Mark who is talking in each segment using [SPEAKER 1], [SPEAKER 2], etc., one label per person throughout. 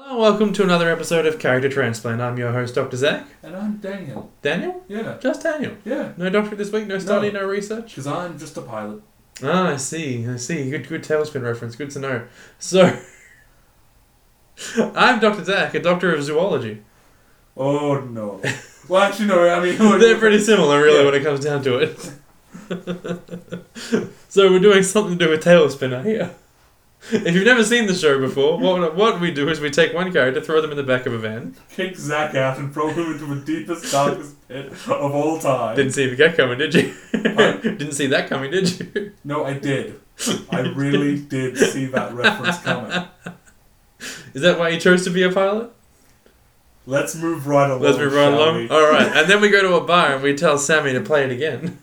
[SPEAKER 1] welcome to another episode of Character Transplant. I'm your host, Dr. Zach.
[SPEAKER 2] And I'm Daniel.
[SPEAKER 1] Daniel?
[SPEAKER 2] Yeah.
[SPEAKER 1] Just Daniel.
[SPEAKER 2] Yeah.
[SPEAKER 1] No doctor this week, no study, no, research?
[SPEAKER 2] Because I'm just a pilot.
[SPEAKER 1] Ah, I see, I see. Good good tailspin reference, good to know. So, I'm Dr. Zach, a doctor of zoology.
[SPEAKER 2] Oh no. well, actually, no. I mean,
[SPEAKER 1] They're pretty similar, really,
[SPEAKER 2] Yeah.
[SPEAKER 1] when it comes down to it. so, we're doing something to do with tailspin, I hear. If you've never seen the show before, what, what we do is we take one character, throw them in the back of a van,
[SPEAKER 2] kick Zack out and throw him into the deepest, darkest pit of all time.
[SPEAKER 1] Didn't see it get coming, did you?
[SPEAKER 2] Huh?
[SPEAKER 1] Didn't see that coming, did you?
[SPEAKER 2] No, I did. I really did see that reference coming.
[SPEAKER 1] Is that why you chose to be a pilot?
[SPEAKER 2] Let's move right along.
[SPEAKER 1] Let's move right
[SPEAKER 2] shall
[SPEAKER 1] along.
[SPEAKER 2] we?
[SPEAKER 1] All right, and then we go to a bar and we tell Sammy to play it again.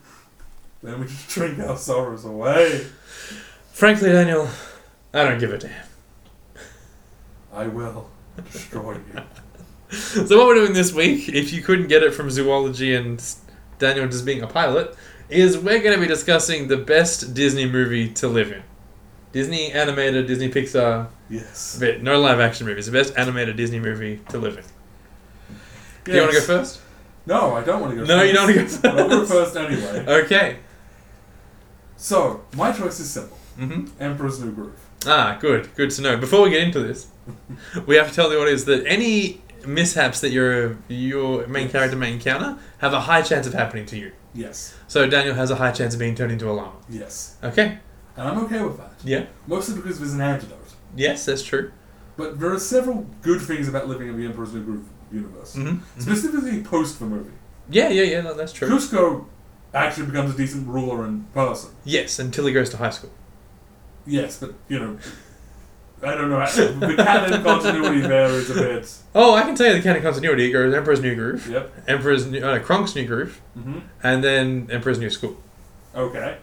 [SPEAKER 2] Then we just drink our sorrows away.
[SPEAKER 1] Frankly, Daniel, I don't give a damn.
[SPEAKER 2] I will destroy you.
[SPEAKER 1] So what we're doing this week, if you couldn't get it from zoology and s- Daniel just being a pilot, is we're going to be discussing the best Disney movie to live in. Disney animated, Disney Pixar,
[SPEAKER 2] Yes.
[SPEAKER 1] but no live action movies. The best animated Disney movie to live in. Do you want to go
[SPEAKER 2] Yes.
[SPEAKER 1] first?
[SPEAKER 2] No, I don't want to go
[SPEAKER 1] No,
[SPEAKER 2] first.
[SPEAKER 1] you don't want to go
[SPEAKER 2] But I'll go
[SPEAKER 1] first.
[SPEAKER 2] first anyway.
[SPEAKER 1] Okay.
[SPEAKER 2] So, my choice is simple
[SPEAKER 1] hmm
[SPEAKER 2] Emperor's New Groove.
[SPEAKER 1] Ah, good, good to know. Before we get into this, we have to tell the audience that any mishaps that your your main
[SPEAKER 2] Yes.
[SPEAKER 1] character may encounter have a high chance of happening to you.
[SPEAKER 2] Yes.
[SPEAKER 1] So Daniel has a high chance of being turned into a llama.
[SPEAKER 2] Yes.
[SPEAKER 1] Okay.
[SPEAKER 2] And I'm okay with that.
[SPEAKER 1] Yeah.
[SPEAKER 2] Mostly because there's an antidote.
[SPEAKER 1] Yes, that's true.
[SPEAKER 2] But there are several good things about living in the Emperor's New Groove universe.
[SPEAKER 1] hmm
[SPEAKER 2] Specifically post the movie.
[SPEAKER 1] Yeah, yeah, yeah. No, that's true.
[SPEAKER 2] Cusco actually becomes a decent ruler and person.
[SPEAKER 1] Yes, until he goes to high school.
[SPEAKER 2] Yes, but, you know, I don't know. how- The canon continuity there is a bit.
[SPEAKER 1] Oh, I can tell you the canon continuity. It goes Emperor's New Groove,
[SPEAKER 2] Yep.
[SPEAKER 1] Emperor's New, uh, Kronk's New Groove,
[SPEAKER 2] hmm
[SPEAKER 1] and then Emperor's New School.
[SPEAKER 2] Okay.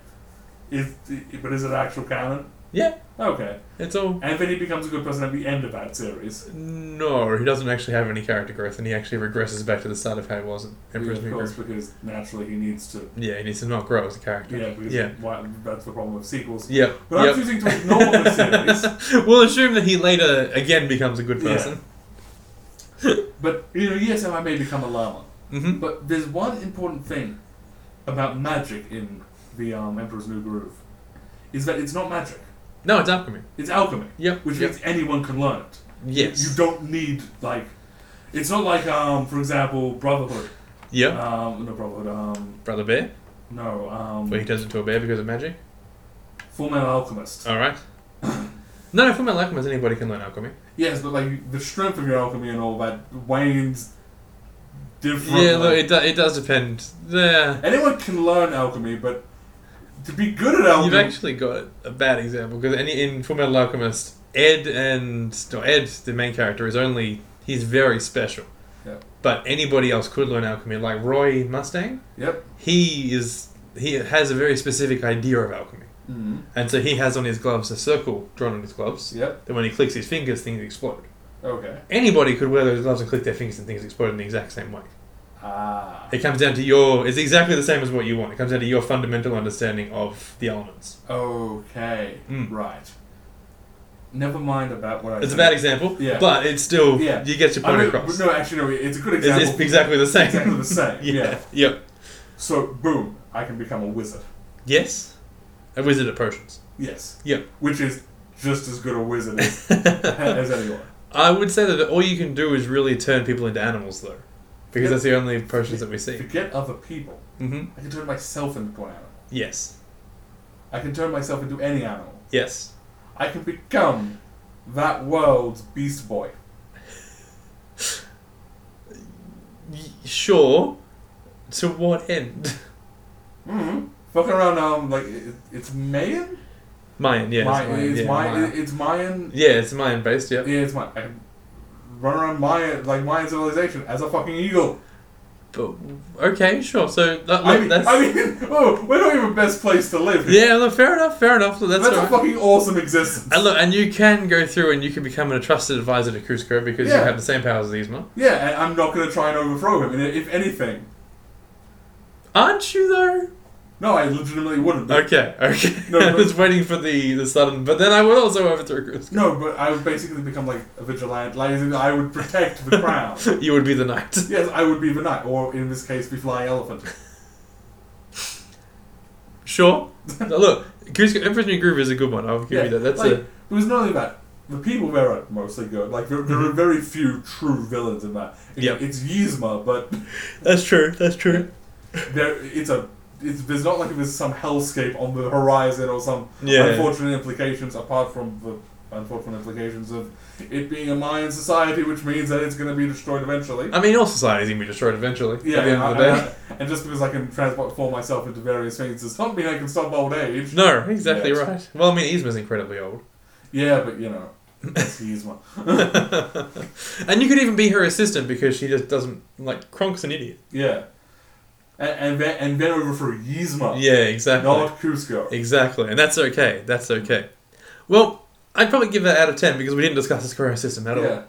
[SPEAKER 2] Is, but is it actual canon?
[SPEAKER 1] Yeah,
[SPEAKER 2] Okay.
[SPEAKER 1] it's all.
[SPEAKER 2] And then he becomes a good person at the end of that series.
[SPEAKER 1] No, he doesn't actually have any character growth, and he actually regresses back to the start of how he was in Emperor's
[SPEAKER 2] Yeah,
[SPEAKER 1] New Groove.
[SPEAKER 2] of course, because naturally he needs to.
[SPEAKER 1] Yeah, he needs to not grow as a character.
[SPEAKER 2] Yeah, because
[SPEAKER 1] Yeah.
[SPEAKER 2] Why, that's the problem with sequels.
[SPEAKER 1] Yep.
[SPEAKER 2] But I'm choosing to ignore the series.
[SPEAKER 1] series. we'll assume that he later again becomes a good
[SPEAKER 2] Yeah.
[SPEAKER 1] person.
[SPEAKER 2] But you know, yes, I may become a llama.
[SPEAKER 1] hmm
[SPEAKER 2] But there's one important thing about magic in the um, Emperor's New Groove, is that it's not magic;
[SPEAKER 1] No, it's alchemy.
[SPEAKER 2] it's alchemy,
[SPEAKER 1] Yep.
[SPEAKER 2] which
[SPEAKER 1] yep.
[SPEAKER 2] means anyone can learn it.
[SPEAKER 1] yes.
[SPEAKER 2] You don't need like, it's not like um, for example, Brotherhood.
[SPEAKER 1] yep.
[SPEAKER 2] Um, no Brotherhood. Um,
[SPEAKER 1] Brother Bear,
[SPEAKER 2] no. Um,
[SPEAKER 1] where he turns into a bear because of magic.
[SPEAKER 2] Full Metal Alchemist.
[SPEAKER 1] All right. No, no, from my lack anybody can learn alchemy.
[SPEAKER 2] Yes, but like the strength of your alchemy and all that wanes differently.
[SPEAKER 1] Yeah, look, it, do, it does depend. Yeah.
[SPEAKER 2] Anyone can learn alchemy, but to be good at alchemy,
[SPEAKER 1] You've actually got a bad example because any in Full Metal Alchemist, Ed and no, Ed, the main character, is only he's very special.
[SPEAKER 2] Yeah.
[SPEAKER 1] But anybody else could learn alchemy, like Roy Mustang.
[SPEAKER 2] yep.
[SPEAKER 1] he is he has a very specific idea of alchemy
[SPEAKER 2] Mm,
[SPEAKER 1] and so he has on his gloves a circle drawn on his gloves
[SPEAKER 2] yep.
[SPEAKER 1] that when he clicks his fingers things explode
[SPEAKER 2] Okay.
[SPEAKER 1] anybody could wear those gloves and click their fingers and things explode in the exact same way
[SPEAKER 2] Ah.
[SPEAKER 1] it comes down to your it's exactly the same as what you want it comes down to your fundamental understanding of the elements
[SPEAKER 2] Okay.
[SPEAKER 1] Mm.
[SPEAKER 2] Right. Never mind about what I.
[SPEAKER 1] it's a
[SPEAKER 2] said.
[SPEAKER 1] bad example
[SPEAKER 2] Yeah.
[SPEAKER 1] but it's still
[SPEAKER 2] Yeah.
[SPEAKER 1] you get your
[SPEAKER 2] I
[SPEAKER 1] point
[SPEAKER 2] mean,
[SPEAKER 1] across
[SPEAKER 2] No, actually, no. It's a good
[SPEAKER 1] It's-
[SPEAKER 2] example.
[SPEAKER 1] it's, exactly the same
[SPEAKER 2] Exactly the same, yeah.
[SPEAKER 1] yep
[SPEAKER 2] so, boom! I can become a wizard.
[SPEAKER 1] yes a wizard of potions
[SPEAKER 2] Yes.
[SPEAKER 1] Yep.
[SPEAKER 2] Which is just as good a wizard as, as anyone.
[SPEAKER 1] I would say that all you can do is really turn people into animals, though, because that's the only potions that we see.
[SPEAKER 2] Forget other people.
[SPEAKER 1] hmm
[SPEAKER 2] I can turn myself into an animal.
[SPEAKER 1] Yes,
[SPEAKER 2] I can turn myself into any animal.
[SPEAKER 1] yes.
[SPEAKER 2] I can become that world's Beast Boy.
[SPEAKER 1] Y- sure. To what end?
[SPEAKER 2] Mm-hmm. Fucking around, um, like it, it's Mayan.
[SPEAKER 1] Mayan, yeah,
[SPEAKER 2] Mayan, it's
[SPEAKER 1] yeah.
[SPEAKER 2] Mayan. it- It's Mayan.
[SPEAKER 1] Yeah, it's Mayan based. Yeah,
[SPEAKER 2] Yeah, it's Mayan. I can run around Mayan like Mayan civilization as a fucking eagle.
[SPEAKER 1] but okay, sure. So that,
[SPEAKER 2] I mean,
[SPEAKER 1] that's
[SPEAKER 2] I mean, oh, we're not even best place to live. here.
[SPEAKER 1] yeah, look, fair enough, fair enough. Look,
[SPEAKER 2] that's,
[SPEAKER 1] that's all
[SPEAKER 2] a
[SPEAKER 1] right.
[SPEAKER 2] fucking awesome existence.
[SPEAKER 1] And look, and you can go through and you can become a trusted advisor to Cusco because you
[SPEAKER 2] Yeah.
[SPEAKER 1] have the same powers as Yzma.
[SPEAKER 2] yeah, and I'm not gonna try and overthrow him. And if anything,
[SPEAKER 1] Aren't you though?
[SPEAKER 2] No, I legitimately wouldn't. but-
[SPEAKER 1] Okay, okay.
[SPEAKER 2] No,
[SPEAKER 1] I
[SPEAKER 2] but-
[SPEAKER 1] was waiting for the, the sudden, but then I would also overthrow Cusco.
[SPEAKER 2] No, but I would basically become like a vigilante. Like as in I would protect the crown.
[SPEAKER 1] you would be the knight.
[SPEAKER 2] yes, I would be the knight, or in this case, the flying elephant.
[SPEAKER 1] Sure. Now, look, Cusco, Emperor's New Groove is a good one. I'll give
[SPEAKER 2] Yeah,
[SPEAKER 1] you that. That's
[SPEAKER 2] like,
[SPEAKER 1] a
[SPEAKER 2] It was not only that. The people there are mostly good. Like there, there are very few true villains in that.
[SPEAKER 1] Mm-hmm.
[SPEAKER 2] It-
[SPEAKER 1] Yep.
[SPEAKER 2] It's Yzma, but
[SPEAKER 1] that's true. That's true.
[SPEAKER 2] there it's a it's there's not like there's some hellscape on the horizon or some
[SPEAKER 1] Yeah.
[SPEAKER 2] unfortunate implications apart from the unfortunate implications of it being a Mayan society, which means that it's going to be destroyed eventually.
[SPEAKER 1] I mean, all society's gonna be destroyed eventually.
[SPEAKER 2] Yeah,
[SPEAKER 1] at the end of the
[SPEAKER 2] and,
[SPEAKER 1] day.
[SPEAKER 2] I- and just because I can transform myself into various things does not mean I can stop old age.
[SPEAKER 1] No, exactly
[SPEAKER 2] Yeah.
[SPEAKER 1] right. Well, I mean, Yzma's incredibly old.
[SPEAKER 2] Yeah, but you know, that's Yzma.
[SPEAKER 1] and you could even be her assistant because she just doesn't like Kronk's an idiot.
[SPEAKER 2] Yeah, and and then, and then over for Yzma,
[SPEAKER 1] Yeah, exactly.
[SPEAKER 2] not Cusco.
[SPEAKER 1] Exactly, and that's okay. That's okay. Well, I'd probably give that out of ten because we didn't discuss the scoring system at all.
[SPEAKER 2] Yeah,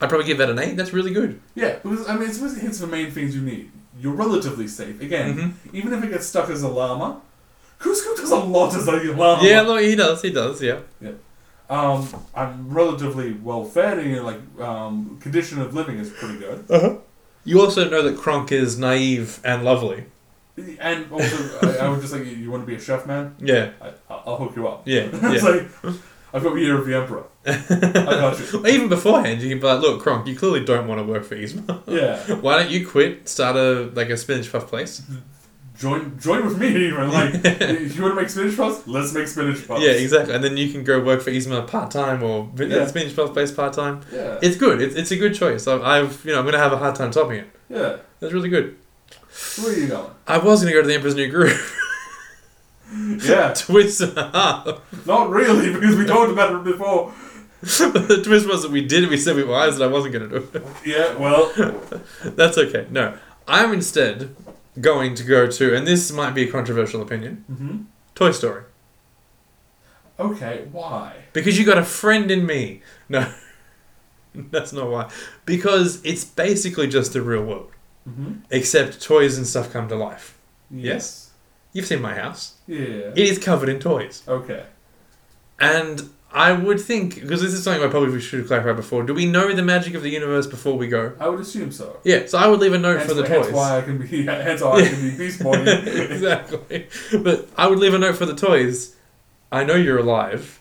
[SPEAKER 1] I'd probably give that an eight. That's really good.
[SPEAKER 2] yeah. Because, I mean, it's supposed to hit the main things you need. You're relatively safe. Again,
[SPEAKER 1] Mhm.
[SPEAKER 2] even if it gets stuck as a llama, Cusco does a lot as a llama.
[SPEAKER 1] Yeah, no, he does. He does. Yeah.
[SPEAKER 2] Um, I'm relatively well fed, and you know, like um, condition of living is pretty good.
[SPEAKER 1] Uh-huh. You also know that Kronk is naive and lovely.
[SPEAKER 2] And also, I, I would just like you want to be a chef, man.
[SPEAKER 1] Yeah.
[SPEAKER 2] I, I'll I'll hook you up.
[SPEAKER 1] Yeah.
[SPEAKER 2] it's
[SPEAKER 1] Yeah.
[SPEAKER 2] like I've got the ear of the emperor. I got you.
[SPEAKER 1] Even beforehand, you can be like, "Look, Kronk, you clearly don't want to work for Yzma.
[SPEAKER 2] Yeah,
[SPEAKER 1] Why don't you quit? Start a like a spinach puff place."
[SPEAKER 2] join join with me. Even like if you want to make spinach puffs, let's make spinach puffs.
[SPEAKER 1] Yeah, exactly. And then you can go work for Yzma part time or vi- uh,
[SPEAKER 2] Yeah.
[SPEAKER 1] spinach puff place part time.
[SPEAKER 2] Yeah,
[SPEAKER 1] It's good. It's, it's a good choice. I've, I've you know I'm gonna have a hard time topping it.
[SPEAKER 2] yeah.
[SPEAKER 1] That's really good.
[SPEAKER 2] Where are you going?
[SPEAKER 1] I was gonna go to the Emperor's New Groove.
[SPEAKER 2] Yeah,
[SPEAKER 1] twist, but
[SPEAKER 2] not really because we talked about it before.
[SPEAKER 1] the twist was that we did it. We said we were and I wasn't gonna do it.
[SPEAKER 2] Yeah, well,
[SPEAKER 1] That's okay. No, I'm instead going to go to, and this might be a controversial opinion,
[SPEAKER 2] hmm
[SPEAKER 1] Toy Story,
[SPEAKER 2] okay. Why?
[SPEAKER 1] because you got a friend in me. No, that's not why. Because it's basically just the real world,
[SPEAKER 2] Mm-hmm.
[SPEAKER 1] except toys and stuff come to life.
[SPEAKER 2] Yes.
[SPEAKER 1] You've seen my house;
[SPEAKER 2] Yeah.
[SPEAKER 1] it is covered in toys.
[SPEAKER 2] Okay.
[SPEAKER 1] And I would think, because this is something I probably should have clarified before, do we know the magic of the universe before we go?
[SPEAKER 2] I would assume so.
[SPEAKER 1] Yeah, so I would leave a note
[SPEAKER 2] Hence,
[SPEAKER 1] for the
[SPEAKER 2] hence
[SPEAKER 1] toys.
[SPEAKER 2] why I can be. Hence why I can be beast boy.
[SPEAKER 1] exactly. But I would leave a note for the toys. I know you're alive,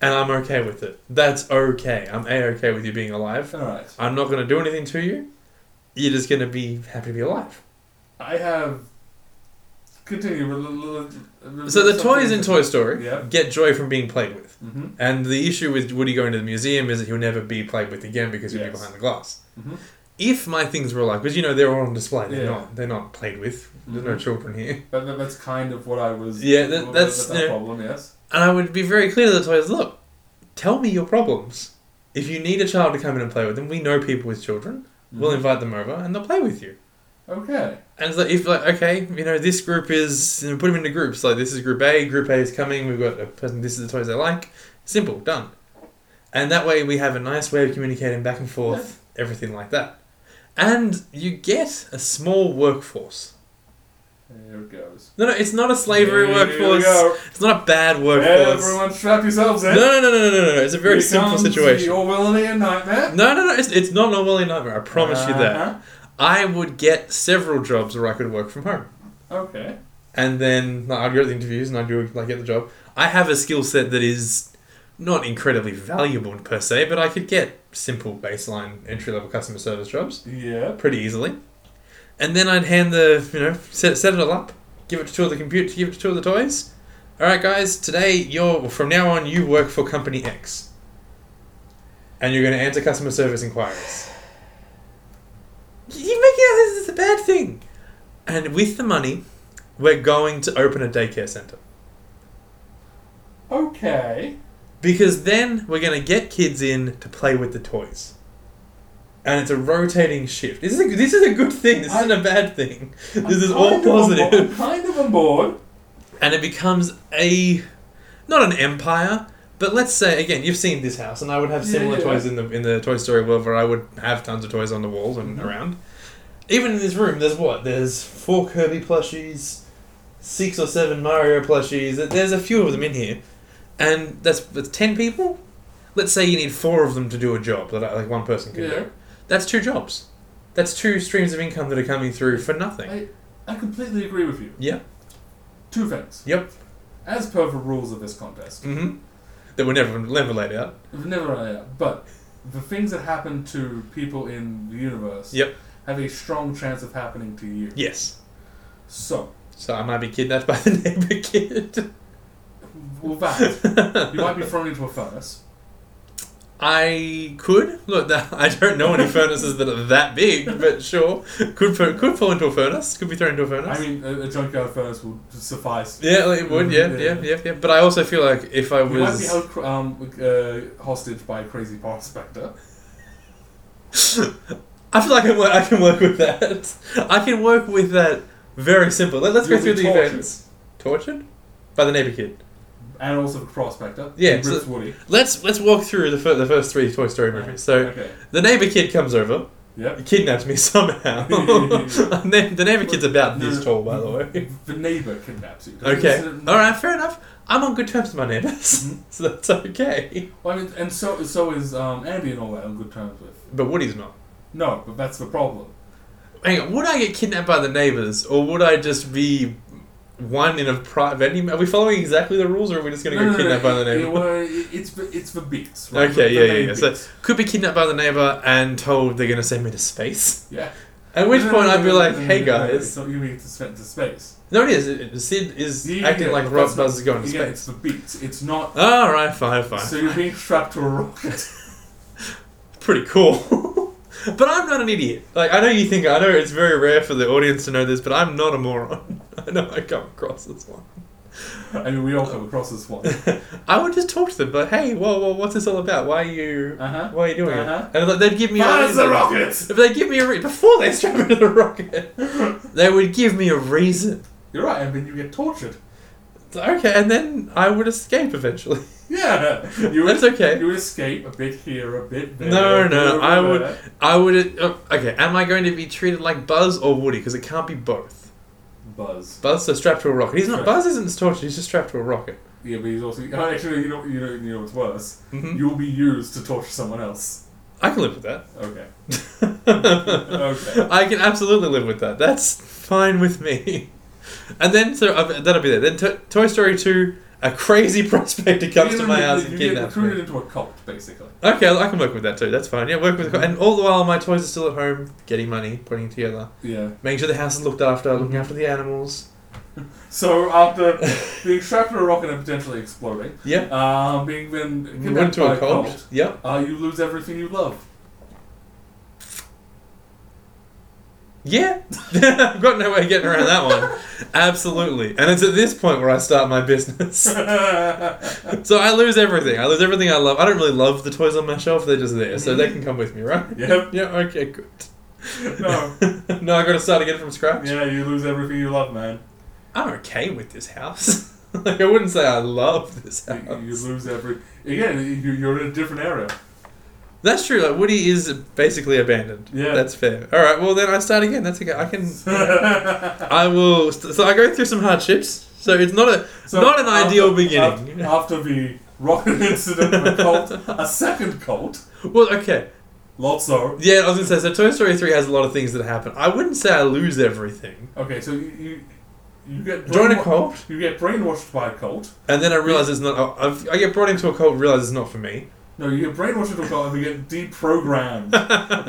[SPEAKER 1] and I'm okay with it. That's okay. I'm a okay with you being alive.
[SPEAKER 2] All right.
[SPEAKER 1] I'm not going to do anything to you. You're just going to be happy to be alive.
[SPEAKER 2] I have. Continue. with l- l- l- l-
[SPEAKER 1] So the toys
[SPEAKER 2] something-
[SPEAKER 1] in Toy Story
[SPEAKER 2] Yeah.
[SPEAKER 1] get joy from being played with.
[SPEAKER 2] Mhm.
[SPEAKER 1] And the issue with Woody going to the museum is that he'll never be played with again because he'll be
[SPEAKER 2] Yes.
[SPEAKER 1] behind the glass.
[SPEAKER 2] Mhm.
[SPEAKER 1] If my things were alive, because you know they're all on display, they're
[SPEAKER 2] Yeah.
[SPEAKER 1] not they're not played with. There's no
[SPEAKER 2] Mhm.
[SPEAKER 1] children here,
[SPEAKER 2] That, that, that's kind of what I was.
[SPEAKER 1] Yeah, that-
[SPEAKER 2] what-
[SPEAKER 1] that's-
[SPEAKER 2] that
[SPEAKER 1] yeah.
[SPEAKER 2] problem. Yes.
[SPEAKER 1] and I would be very clear to the toys. Look, tell me your problems. If you need a child to come in and play with them, we know people with children.
[SPEAKER 2] Mm-hmm.
[SPEAKER 1] We'll invite them over and they'll play with you.
[SPEAKER 2] Okay.
[SPEAKER 1] And it's like, if like okay, you know this group is you know, put them into groups. Like this is group A. Group A is coming. We've got a person. This is the toys they like. Simple, done. And that way we have a nice way of communicating back and forth, everything like that. And you get a small workforce.
[SPEAKER 2] There it goes.
[SPEAKER 1] No, no, it's not a slavery
[SPEAKER 2] Here we
[SPEAKER 1] workforce.
[SPEAKER 2] go.
[SPEAKER 1] It's not a bad workforce.
[SPEAKER 2] Everyone, strap yourselves
[SPEAKER 1] no,
[SPEAKER 2] in.
[SPEAKER 1] no, no, no, no, no, no. It's a very
[SPEAKER 2] Here
[SPEAKER 1] simple
[SPEAKER 2] comes The
[SPEAKER 1] situation.
[SPEAKER 2] Orwellian nightmare.
[SPEAKER 1] No, no, no. It's, it's not an Orwellian nightmare. I promise you that.
[SPEAKER 2] Uh-huh.
[SPEAKER 1] I would get several jobs where I could work from home.
[SPEAKER 2] Okay.
[SPEAKER 1] and then like, I'd go to the interviews and I'd do like get the job. I have a skill set that is not incredibly valuable per se, but I could get simple baseline entry level customer service jobs
[SPEAKER 2] Yeah.
[SPEAKER 1] pretty easily. And then I'd hand the you know set, set it all up, give it to two of the computer, give it to two of the toys. All right, guys, today you're from now on you work for company X, and you're going to answer customer service inquiries. You're making out this is a bad thing, and with the money, we're going to open a daycare center
[SPEAKER 2] Okay.
[SPEAKER 1] because then we're going to get kids in to play with the toys. And it's a rotating shift. This is a, this is a good thing. This isn't a bad thing. This is
[SPEAKER 2] I'm
[SPEAKER 1] all
[SPEAKER 2] kind of on board- I'm
[SPEAKER 1] positive.
[SPEAKER 2] kind of on board.
[SPEAKER 1] And it becomes a not an empire, but let's say again, you've seen this house, and I would have similar
[SPEAKER 2] Yeah.
[SPEAKER 1] toys in the in the Toy Story world where I would have tons of toys on the
[SPEAKER 2] Mm-hmm.
[SPEAKER 1] walls and around. Even in this room, there's what? There's four Kirby plushies, six or seven Mario plushies. Th- There's a few of them in here, and that's that's ten people. Let's say you need four of them to do a job that uh, like one person can
[SPEAKER 2] Yeah.
[SPEAKER 1] do. That's two jobs. That's two streams of income that are coming through for nothing.
[SPEAKER 2] I, I completely agree with you.
[SPEAKER 1] Yeah.
[SPEAKER 2] Two things.
[SPEAKER 1] Yep.
[SPEAKER 2] As per the rules of this contest,
[SPEAKER 1] Mm-hmm. That were never never laid out.
[SPEAKER 2] I've never run out, but the things that happen to people in the universe
[SPEAKER 1] Yep.
[SPEAKER 2] have a strong chance of happening to you.
[SPEAKER 1] Yes.
[SPEAKER 2] So,
[SPEAKER 1] So I might be kidnapped by the neighbor kid.
[SPEAKER 2] with that, you might be thrown into a furnace.
[SPEAKER 1] I could look. That, I don't know any furnaces that are that big, but sure, could fa- could fall into a furnace. Could be thrown into a furnace.
[SPEAKER 2] I mean, a, a junkyard furnace will suffice.
[SPEAKER 1] yeah, like, it would. Yeah, yeah, yeah, yeah. But I also feel like if I
[SPEAKER 2] Mm-hmm. You might be
[SPEAKER 1] was,
[SPEAKER 2] held cr- um, uh, hostage by a crazy prospector.
[SPEAKER 1] I feel like I can, work, I can work with that. I can work with that. Very simple. Let, us go
[SPEAKER 2] You'll
[SPEAKER 1] through
[SPEAKER 2] be
[SPEAKER 1] the
[SPEAKER 2] tortured.
[SPEAKER 1] events. Tortured by the neighbor kid.
[SPEAKER 2] And also the prospector.
[SPEAKER 1] Yeah,
[SPEAKER 2] He
[SPEAKER 1] so-
[SPEAKER 2] rips Woody.
[SPEAKER 1] Let's let's walk through the fir- the first three Toy Story movies. So
[SPEAKER 2] Okay.
[SPEAKER 1] the neighbor kid comes over.
[SPEAKER 2] Yep.
[SPEAKER 1] kidnapped me somehow. And then- the neighbor kid's about this tall, by the way.
[SPEAKER 2] The neighbour kidnaps you.
[SPEAKER 1] Okay.
[SPEAKER 2] Doesn't-
[SPEAKER 1] All right. Fair enough. I'm on good terms with my neighbors,
[SPEAKER 2] Mhm.
[SPEAKER 1] so that's okay.
[SPEAKER 2] Well, I mean, and so so is um, Andy and all that on good terms with.
[SPEAKER 1] But Woody's not.
[SPEAKER 2] No, but that's the problem.
[SPEAKER 1] Hang on. Would I get kidnapped by the neighbors, or would I just be one in a private? Are we following exactly the rules, or are we just going to
[SPEAKER 2] No,
[SPEAKER 1] get
[SPEAKER 2] no, no,
[SPEAKER 1] kidnapped by the
[SPEAKER 2] it-
[SPEAKER 1] neighbor?
[SPEAKER 2] it were- it- it's the- it's the beats. Right?
[SPEAKER 1] Okay,
[SPEAKER 2] The-
[SPEAKER 1] yeah,
[SPEAKER 2] the
[SPEAKER 1] yeah,
[SPEAKER 2] main
[SPEAKER 1] yeah. So-
[SPEAKER 2] beats.
[SPEAKER 1] Could be kidnapped by the neighbor and told they're going to send me to space.
[SPEAKER 2] yeah.
[SPEAKER 1] At which
[SPEAKER 2] No, no,
[SPEAKER 1] point
[SPEAKER 2] no,
[SPEAKER 1] I'd
[SPEAKER 2] no,
[SPEAKER 1] be
[SPEAKER 2] no,
[SPEAKER 1] like,
[SPEAKER 2] no, no,
[SPEAKER 1] "Hey
[SPEAKER 2] no, no, no,
[SPEAKER 1] guys,
[SPEAKER 2] it's not you mean to send to space?
[SPEAKER 1] no, it is. It- Sid is
[SPEAKER 2] Yeah, yeah,
[SPEAKER 1] acting
[SPEAKER 2] yeah,
[SPEAKER 1] like
[SPEAKER 2] but
[SPEAKER 1] Rob
[SPEAKER 2] that's not-
[SPEAKER 1] Buzz is going to
[SPEAKER 2] Again,
[SPEAKER 1] space."
[SPEAKER 2] it's the beats. It's not.
[SPEAKER 1] All right, fine, fine.
[SPEAKER 2] So you're being strapped to a rocket.
[SPEAKER 1] pretty cool. but I'm not an idiot. Like I know you think I know it's very rare for the audience to know this, but I'm not a moron. I know I come across this one.
[SPEAKER 2] I mean, we all come across this one. Uh-huh.
[SPEAKER 1] I would just talk to them, but hey, whoa, whoa, what's this all about? Why are you?
[SPEAKER 2] Uh-huh.
[SPEAKER 1] Why are you doing
[SPEAKER 2] Uh-huh.
[SPEAKER 1] it? And like, they'd give me
[SPEAKER 2] Fire the
[SPEAKER 1] reason.
[SPEAKER 2] rocket!
[SPEAKER 1] If they give me a re- before they strap me to the rocket, they would give me a reason.
[SPEAKER 2] You're right, and then you get tortured.
[SPEAKER 1] Okay, and then I would escape eventually.
[SPEAKER 2] Yeah, you would,
[SPEAKER 1] That's okay.
[SPEAKER 2] You would escape a bit here, a bit there.
[SPEAKER 1] No,
[SPEAKER 2] a bit
[SPEAKER 1] no,
[SPEAKER 2] over
[SPEAKER 1] I would-
[SPEAKER 2] there.
[SPEAKER 1] I would. Uh, okay, am I going to be treated like Buzz or Woody? Because it can't be both.
[SPEAKER 2] Buzz.
[SPEAKER 1] Buzz so strapped to a rocket. He's not.
[SPEAKER 2] Right.
[SPEAKER 1] Buzz isn't tortured. He's just strapped to a rocket.
[SPEAKER 2] Yeah, but he's also oh, actually you know you know you know what's worse.
[SPEAKER 1] Mhm.
[SPEAKER 2] You'll be used to torture someone else.
[SPEAKER 1] I can live with that.
[SPEAKER 2] Okay.
[SPEAKER 1] I can absolutely live with that. That's fine with me. And then so uh, that'll be there. Then to- Toy Story Two, a crazy prospector comes to
[SPEAKER 2] You-
[SPEAKER 1] my
[SPEAKER 2] you-
[SPEAKER 1] house and
[SPEAKER 2] you get
[SPEAKER 1] kidnaps
[SPEAKER 2] recruited
[SPEAKER 1] me.
[SPEAKER 2] into a cult, basically.
[SPEAKER 1] Okay, I can work with that too. That's fine. Yeah, work with the and all the while my toys are still at home, getting money, putting it together,
[SPEAKER 2] Yeah.
[SPEAKER 1] making sure the house is looked after,
[SPEAKER 2] Mm-hmm.
[SPEAKER 1] looking after the animals.
[SPEAKER 2] So after being strapped to a rocket and potentially exploding,
[SPEAKER 1] Yep.
[SPEAKER 2] um, being then
[SPEAKER 1] You went
[SPEAKER 2] kidnapped
[SPEAKER 1] to
[SPEAKER 2] by
[SPEAKER 1] a cult. Yep.
[SPEAKER 2] uh, you lose everything you love.
[SPEAKER 1] Yeah. I've got no way of getting around that one. Absolutely. And it's at this point where I start my business.
[SPEAKER 2] yeah.
[SPEAKER 1] So I lose everything. I lose everything I love. I don't really love the toys on my shelf. They're just there, so they can come with me, right?
[SPEAKER 2] Yep.
[SPEAKER 1] Yeah. Okay. Good.
[SPEAKER 2] No.
[SPEAKER 1] no, I got to start again from scratch.
[SPEAKER 2] Yeah, you lose everything you love, man.
[SPEAKER 1] I'm okay with this house. like I wouldn't say I love this
[SPEAKER 2] You,
[SPEAKER 1] house.
[SPEAKER 2] you lose every. Again, you, you're in a different area.
[SPEAKER 1] That's true. Like Woody is basically abandoned.
[SPEAKER 2] Yeah.
[SPEAKER 1] That's fair. All right. Well, then I start again. That's okay. I can. I will. St- so I go through some hardships. So it's not a not an
[SPEAKER 2] after-
[SPEAKER 1] ideal
[SPEAKER 2] af-
[SPEAKER 1] beginning.
[SPEAKER 2] After the rocket incident of a cult, a second cult,
[SPEAKER 1] well, okay.
[SPEAKER 2] lots of.
[SPEAKER 1] Yeah, I was gonna say. So Toy Story three has a lot of things that happen. I wouldn't say I lose everything.
[SPEAKER 2] Okay, so you you, you get
[SPEAKER 1] Join a
[SPEAKER 2] brainwa-
[SPEAKER 1] cult.
[SPEAKER 2] You get brainwashed by a cult.
[SPEAKER 1] And then I realize it's not. oh, I've, I get brought into a cult, realize it's not for me.
[SPEAKER 2] No, you get brainwashed into a cult, and you get deprogrammed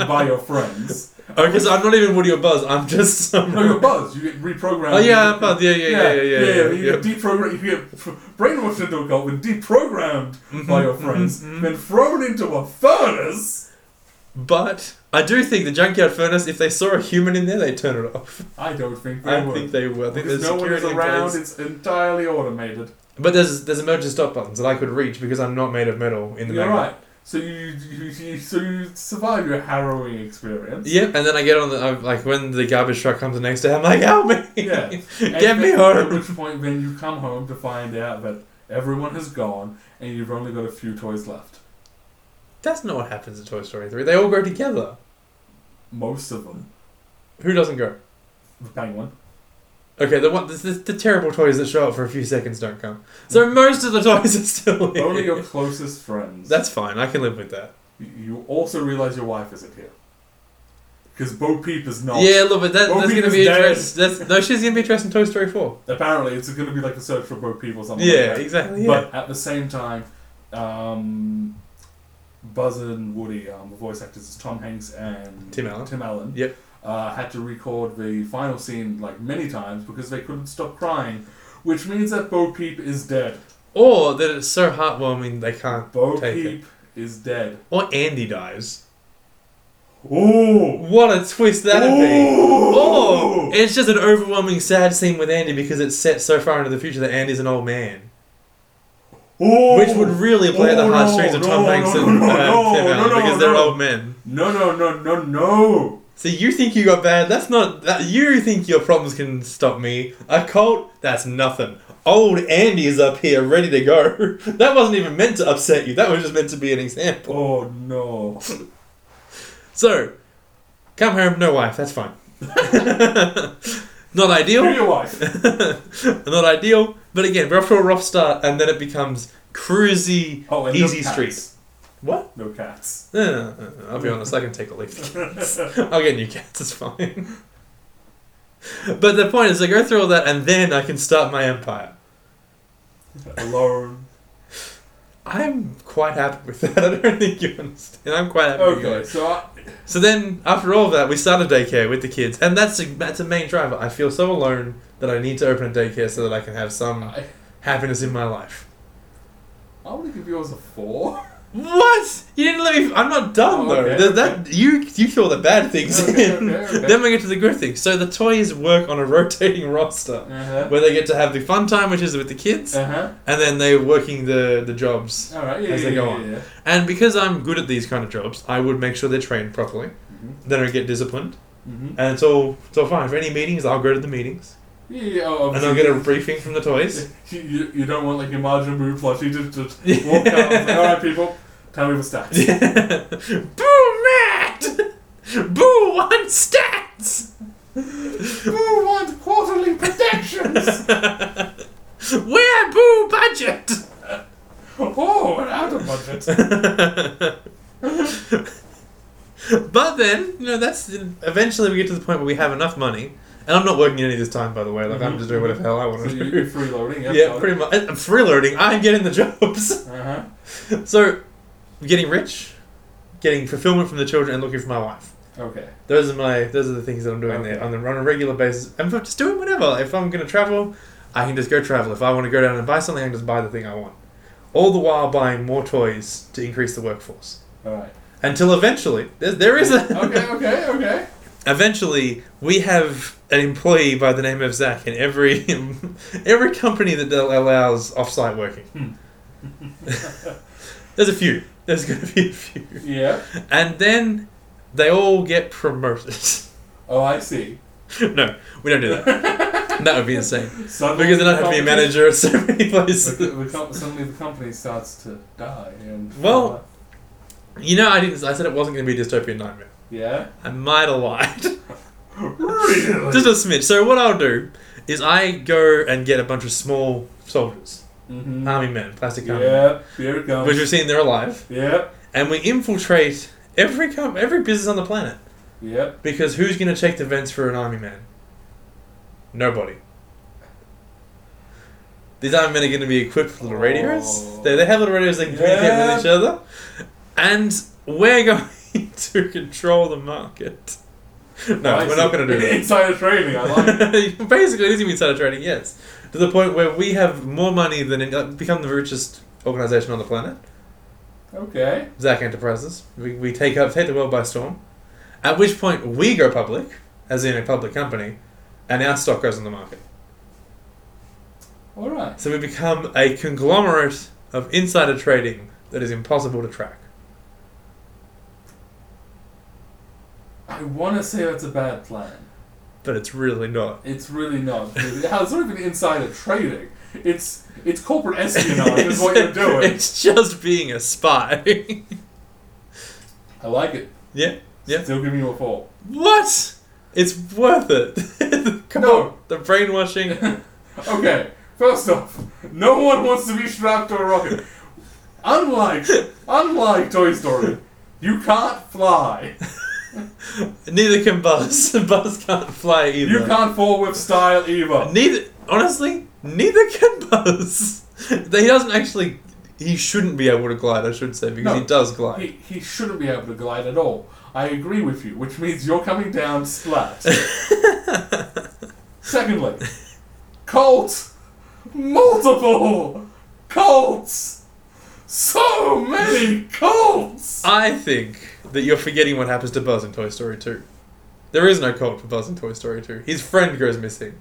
[SPEAKER 2] by your friends.
[SPEAKER 1] Okay, so I'm not even Woody or Buzz. I'm just some.
[SPEAKER 2] No, you're Buzz. You get reprogrammed.
[SPEAKER 1] oh yeah,
[SPEAKER 2] You-
[SPEAKER 1] I'm Buzz. Yeah, yeah, yeah, yeah, yeah. yeah,
[SPEAKER 2] You get deprogrammed. You get pr- brainwashed into a cult, and deprogrammed
[SPEAKER 1] Mm-hmm,
[SPEAKER 2] by your friends, then thrown into a furnace.
[SPEAKER 1] But I do think the junkyard furnace. If they saw a human in there, they turn it off.
[SPEAKER 2] I don't think they
[SPEAKER 1] I
[SPEAKER 2] would.
[SPEAKER 1] think they will. I think
[SPEAKER 2] Because
[SPEAKER 1] there's
[SPEAKER 2] no one is
[SPEAKER 1] security in
[SPEAKER 2] around.
[SPEAKER 1] place.
[SPEAKER 2] It's entirely automated.
[SPEAKER 1] But there's there's emergency stop buttons that I could reach because I'm not made of metal in the
[SPEAKER 2] You're
[SPEAKER 1] magnet.
[SPEAKER 2] right. So you, you, you so you survive your harrowing experience.
[SPEAKER 1] Yep, and then I get on the I'm, like when the garbage truck comes the next day, I'm like, help me,
[SPEAKER 2] Yeah. And
[SPEAKER 1] get me
[SPEAKER 2] then- At
[SPEAKER 1] home.
[SPEAKER 2] which point, then you come home to find out that everyone has gone and you've only got a few toys left.
[SPEAKER 1] That's not what happens in Toy Story three. They all go together.
[SPEAKER 2] Most of them.
[SPEAKER 1] Who doesn't go?
[SPEAKER 2] The penguin.
[SPEAKER 1] Okay, the, one, the, the the terrible toys that show up for a few seconds don't come. So most of the toys are still here.
[SPEAKER 2] Mm. Only your closest friends.
[SPEAKER 1] That's fine. I can live with that.
[SPEAKER 2] You- You also realize your wife isn't here. Because Bo Peep is not.
[SPEAKER 1] Yeah, look, but that,
[SPEAKER 2] Bo
[SPEAKER 1] that's
[SPEAKER 2] Peep
[SPEAKER 1] gonna
[SPEAKER 2] is
[SPEAKER 1] be
[SPEAKER 2] dead.
[SPEAKER 1] addressed. That's, no, she's gonna be addressed in Toy Story Four.
[SPEAKER 2] Apparently, it's going to be like the search for Bo Peep or something.
[SPEAKER 1] Yeah,
[SPEAKER 2] like that.
[SPEAKER 1] exactly. Yeah.
[SPEAKER 2] But at the same time, um, Buzz and Woody, um, the voice actors, is Tom Hanks and
[SPEAKER 1] Tim Allen.
[SPEAKER 2] Tim Allen.
[SPEAKER 1] Yep.
[SPEAKER 2] Uh, had to record the final scene like many times because they couldn't stop crying, which means that Bo Peep is dead.
[SPEAKER 1] or that it's so heartwarming they can't.
[SPEAKER 2] Bo
[SPEAKER 1] Take it.
[SPEAKER 2] Peep is dead.
[SPEAKER 1] Or Andy dies.
[SPEAKER 2] Ooh.
[SPEAKER 1] What a twist that'd be.
[SPEAKER 2] Ooh.
[SPEAKER 1] Oh, it's just an overwhelming sad scene with Andy because it's set so far into the future that Andy's an old man,
[SPEAKER 2] Ooh.
[SPEAKER 1] which would really play at the
[SPEAKER 2] Oh, no,
[SPEAKER 1] heartstrings of Tom
[SPEAKER 2] no,
[SPEAKER 1] Hanks
[SPEAKER 2] no,
[SPEAKER 1] and
[SPEAKER 2] no,
[SPEAKER 1] uh,
[SPEAKER 2] no,
[SPEAKER 1] Tim Allen
[SPEAKER 2] no, no,
[SPEAKER 1] because they're
[SPEAKER 2] no.
[SPEAKER 1] old men.
[SPEAKER 2] No, no, no, no, no.
[SPEAKER 1] So you think you got bad? That's not. That, you think your problems can stop me? A cult? That's nothing. Old Andy is up here, ready to go. that wasn't even meant to upset you. That was just meant to be an example.
[SPEAKER 2] Oh no.
[SPEAKER 1] So, come home, no wife. That's fine. not
[SPEAKER 2] Kill
[SPEAKER 1] ideal.
[SPEAKER 2] your wife.
[SPEAKER 1] not ideal. But again, we're off to a rough start, and then it becomes cruisy,
[SPEAKER 2] Oh, and
[SPEAKER 1] easy
[SPEAKER 2] no cats.
[SPEAKER 1] street. What?
[SPEAKER 2] No cats.
[SPEAKER 1] No, no, no, no, I'll be honest. I can take a leaf. I'll get new cats, it's fine. but the point is, I go through all that and then I can start my empire.
[SPEAKER 2] Alone.
[SPEAKER 1] I'm quite happy with that. I don't think you understand. I'm quite happy with
[SPEAKER 2] Okay,
[SPEAKER 1] that.
[SPEAKER 2] so I,
[SPEAKER 1] So then, after all of that, we started daycare with the kids, and that's a, that's a main driver. I feel so alone that I need to open a daycare so that I can have some
[SPEAKER 2] I,
[SPEAKER 1] happiness in my life.
[SPEAKER 2] I want to give yours a four.
[SPEAKER 1] What? You didn't let me. I'm not done
[SPEAKER 2] Oh,
[SPEAKER 1] though.
[SPEAKER 2] okay,
[SPEAKER 1] Th- that you you throw the bad things
[SPEAKER 2] Okay,
[SPEAKER 1] in.
[SPEAKER 2] okay, okay.
[SPEAKER 1] Then we get to the good things. So the toys work on a rotating roster.
[SPEAKER 2] Uh huh.
[SPEAKER 1] where they get to have the fun time, which is with the kids,
[SPEAKER 2] Uh huh.
[SPEAKER 1] and then they're working the, the jobs.
[SPEAKER 2] All right. Yeah,
[SPEAKER 1] As
[SPEAKER 2] yeah,
[SPEAKER 1] they go
[SPEAKER 2] yeah,
[SPEAKER 1] on.
[SPEAKER 2] yeah.
[SPEAKER 1] And because I'm good at these kind of jobs, I would make sure they're trained properly. They don't get disciplined,
[SPEAKER 2] Mm-hmm.
[SPEAKER 1] and it's all it's all fine. For any meetings, I'll go to the meetings,
[SPEAKER 2] Yeah, yeah, oh,
[SPEAKER 1] and I'll
[SPEAKER 2] obviously.
[SPEAKER 1] get a briefing from the toys.
[SPEAKER 2] You, you, you don't want like your Majin Buu plushie to just walk out. and say, All right, people, time over stats.
[SPEAKER 1] Boo, Matt! Boo, one stats.
[SPEAKER 2] Who want quarterly predictions?
[SPEAKER 1] Where boo budget?
[SPEAKER 2] oh, an out of budget.
[SPEAKER 1] But then, you know, that's eventually we get to the point where we have enough money, and I'm not working any of this time, by the way. Like I'm just doing whatever the hell I want
[SPEAKER 2] So
[SPEAKER 1] to
[SPEAKER 2] you-
[SPEAKER 1] do.
[SPEAKER 2] you're freeloading. Yeah.
[SPEAKER 1] yeah, pretty much. I'm freeloading. I'm getting the jobs.
[SPEAKER 2] Uh huh.
[SPEAKER 1] So, getting rich, getting fulfillment from the children, and looking for my wife.
[SPEAKER 2] Okay.
[SPEAKER 1] Those are my. Those are the things that I'm doing there
[SPEAKER 2] Okay.
[SPEAKER 1] on, the, on a regular basis. I'm just doing whatever. If I'm gonna travel, I can just go travel. If I want to go down and buy something, I can just buy the thing I want. All the while buying more toys to increase the workforce.
[SPEAKER 2] All right.
[SPEAKER 1] Until eventually, there, there is a.
[SPEAKER 2] Okay. Okay. Okay.
[SPEAKER 1] Eventually, we have an employee by the name of Zach in every every company that allows offsite working. There's a few. There's going to be a few.
[SPEAKER 2] Yeah.
[SPEAKER 1] And then they all get promoted.
[SPEAKER 2] Oh, I see.
[SPEAKER 1] no, we don't do that. that would be insane.
[SPEAKER 2] Suddenly
[SPEAKER 1] Because then I'd have to be a
[SPEAKER 2] competition-
[SPEAKER 1] manager of so many
[SPEAKER 2] The,
[SPEAKER 1] places.
[SPEAKER 2] the com- suddenly the company starts to die and uh,
[SPEAKER 1] Well- You know, I didn't. I said it wasn't going to be a dystopian nightmare.
[SPEAKER 2] yeah
[SPEAKER 1] I might have lied.
[SPEAKER 2] really
[SPEAKER 1] Just a smidge. So what I'll do is I go and get a bunch of small soldiers,
[SPEAKER 2] mm-hmm.
[SPEAKER 1] army men, plastic army men,
[SPEAKER 2] yep here it comes
[SPEAKER 1] which we've seen they're alive,
[SPEAKER 2] yep
[SPEAKER 1] and we infiltrate every com- every business on the planet
[SPEAKER 2] yep
[SPEAKER 1] because who's going to check the vents for an army man? Nobody. These army men are going to be equipped with little radios.
[SPEAKER 2] Oh.
[SPEAKER 1] They, they have little radios they can communicate
[SPEAKER 2] Yeah.
[SPEAKER 1] with each other, and we're going to control the market. No,
[SPEAKER 2] I
[SPEAKER 1] we're not
[SPEAKER 2] see.
[SPEAKER 1] going to do that.
[SPEAKER 2] insider trading I like it.
[SPEAKER 1] Basically, it is even insider trading, yes. To the point where we have more money than any, uh, become the richest organization on the planet,
[SPEAKER 2] okay
[SPEAKER 1] Zack Enterprises. We, we take up take the world by storm. At which point we go public, as in a public company, and our stock goes on the market.
[SPEAKER 2] all right
[SPEAKER 1] So we become a conglomerate of insider trading that is impossible to track.
[SPEAKER 2] I want to say that's a bad plan
[SPEAKER 1] But it's really not.
[SPEAKER 2] it's really not it has sort of an insider trading it's it's corporate espionage is what you're doing
[SPEAKER 1] It's just being a spy.
[SPEAKER 2] I like it
[SPEAKER 1] yeah. Yeah.
[SPEAKER 2] still giving you a four
[SPEAKER 1] What? It's worth it. Come
[SPEAKER 2] No.
[SPEAKER 1] on. The brainwashing.
[SPEAKER 2] Okay, first off, no one wants to be strapped to a rocket. Unlike, unlike Toy Story, you can't fly.
[SPEAKER 1] Neither can Buzz. Buzz can't fly either.
[SPEAKER 2] You can't fall with style either.
[SPEAKER 1] Neither. Honestly, neither can Buzz. he doesn't actually. He shouldn't be able to glide. I should say because
[SPEAKER 2] No.
[SPEAKER 1] he does glide.
[SPEAKER 2] He, he shouldn't be able to glide at all. I agree with you, which means you're coming down splat. Secondly, Colt! Multiple Colts! So many Colts!
[SPEAKER 1] I think that you're forgetting what happens to Buzz in Toy Story 2. There is no cult for Buzz in Toy Story 2. His friend goes missing.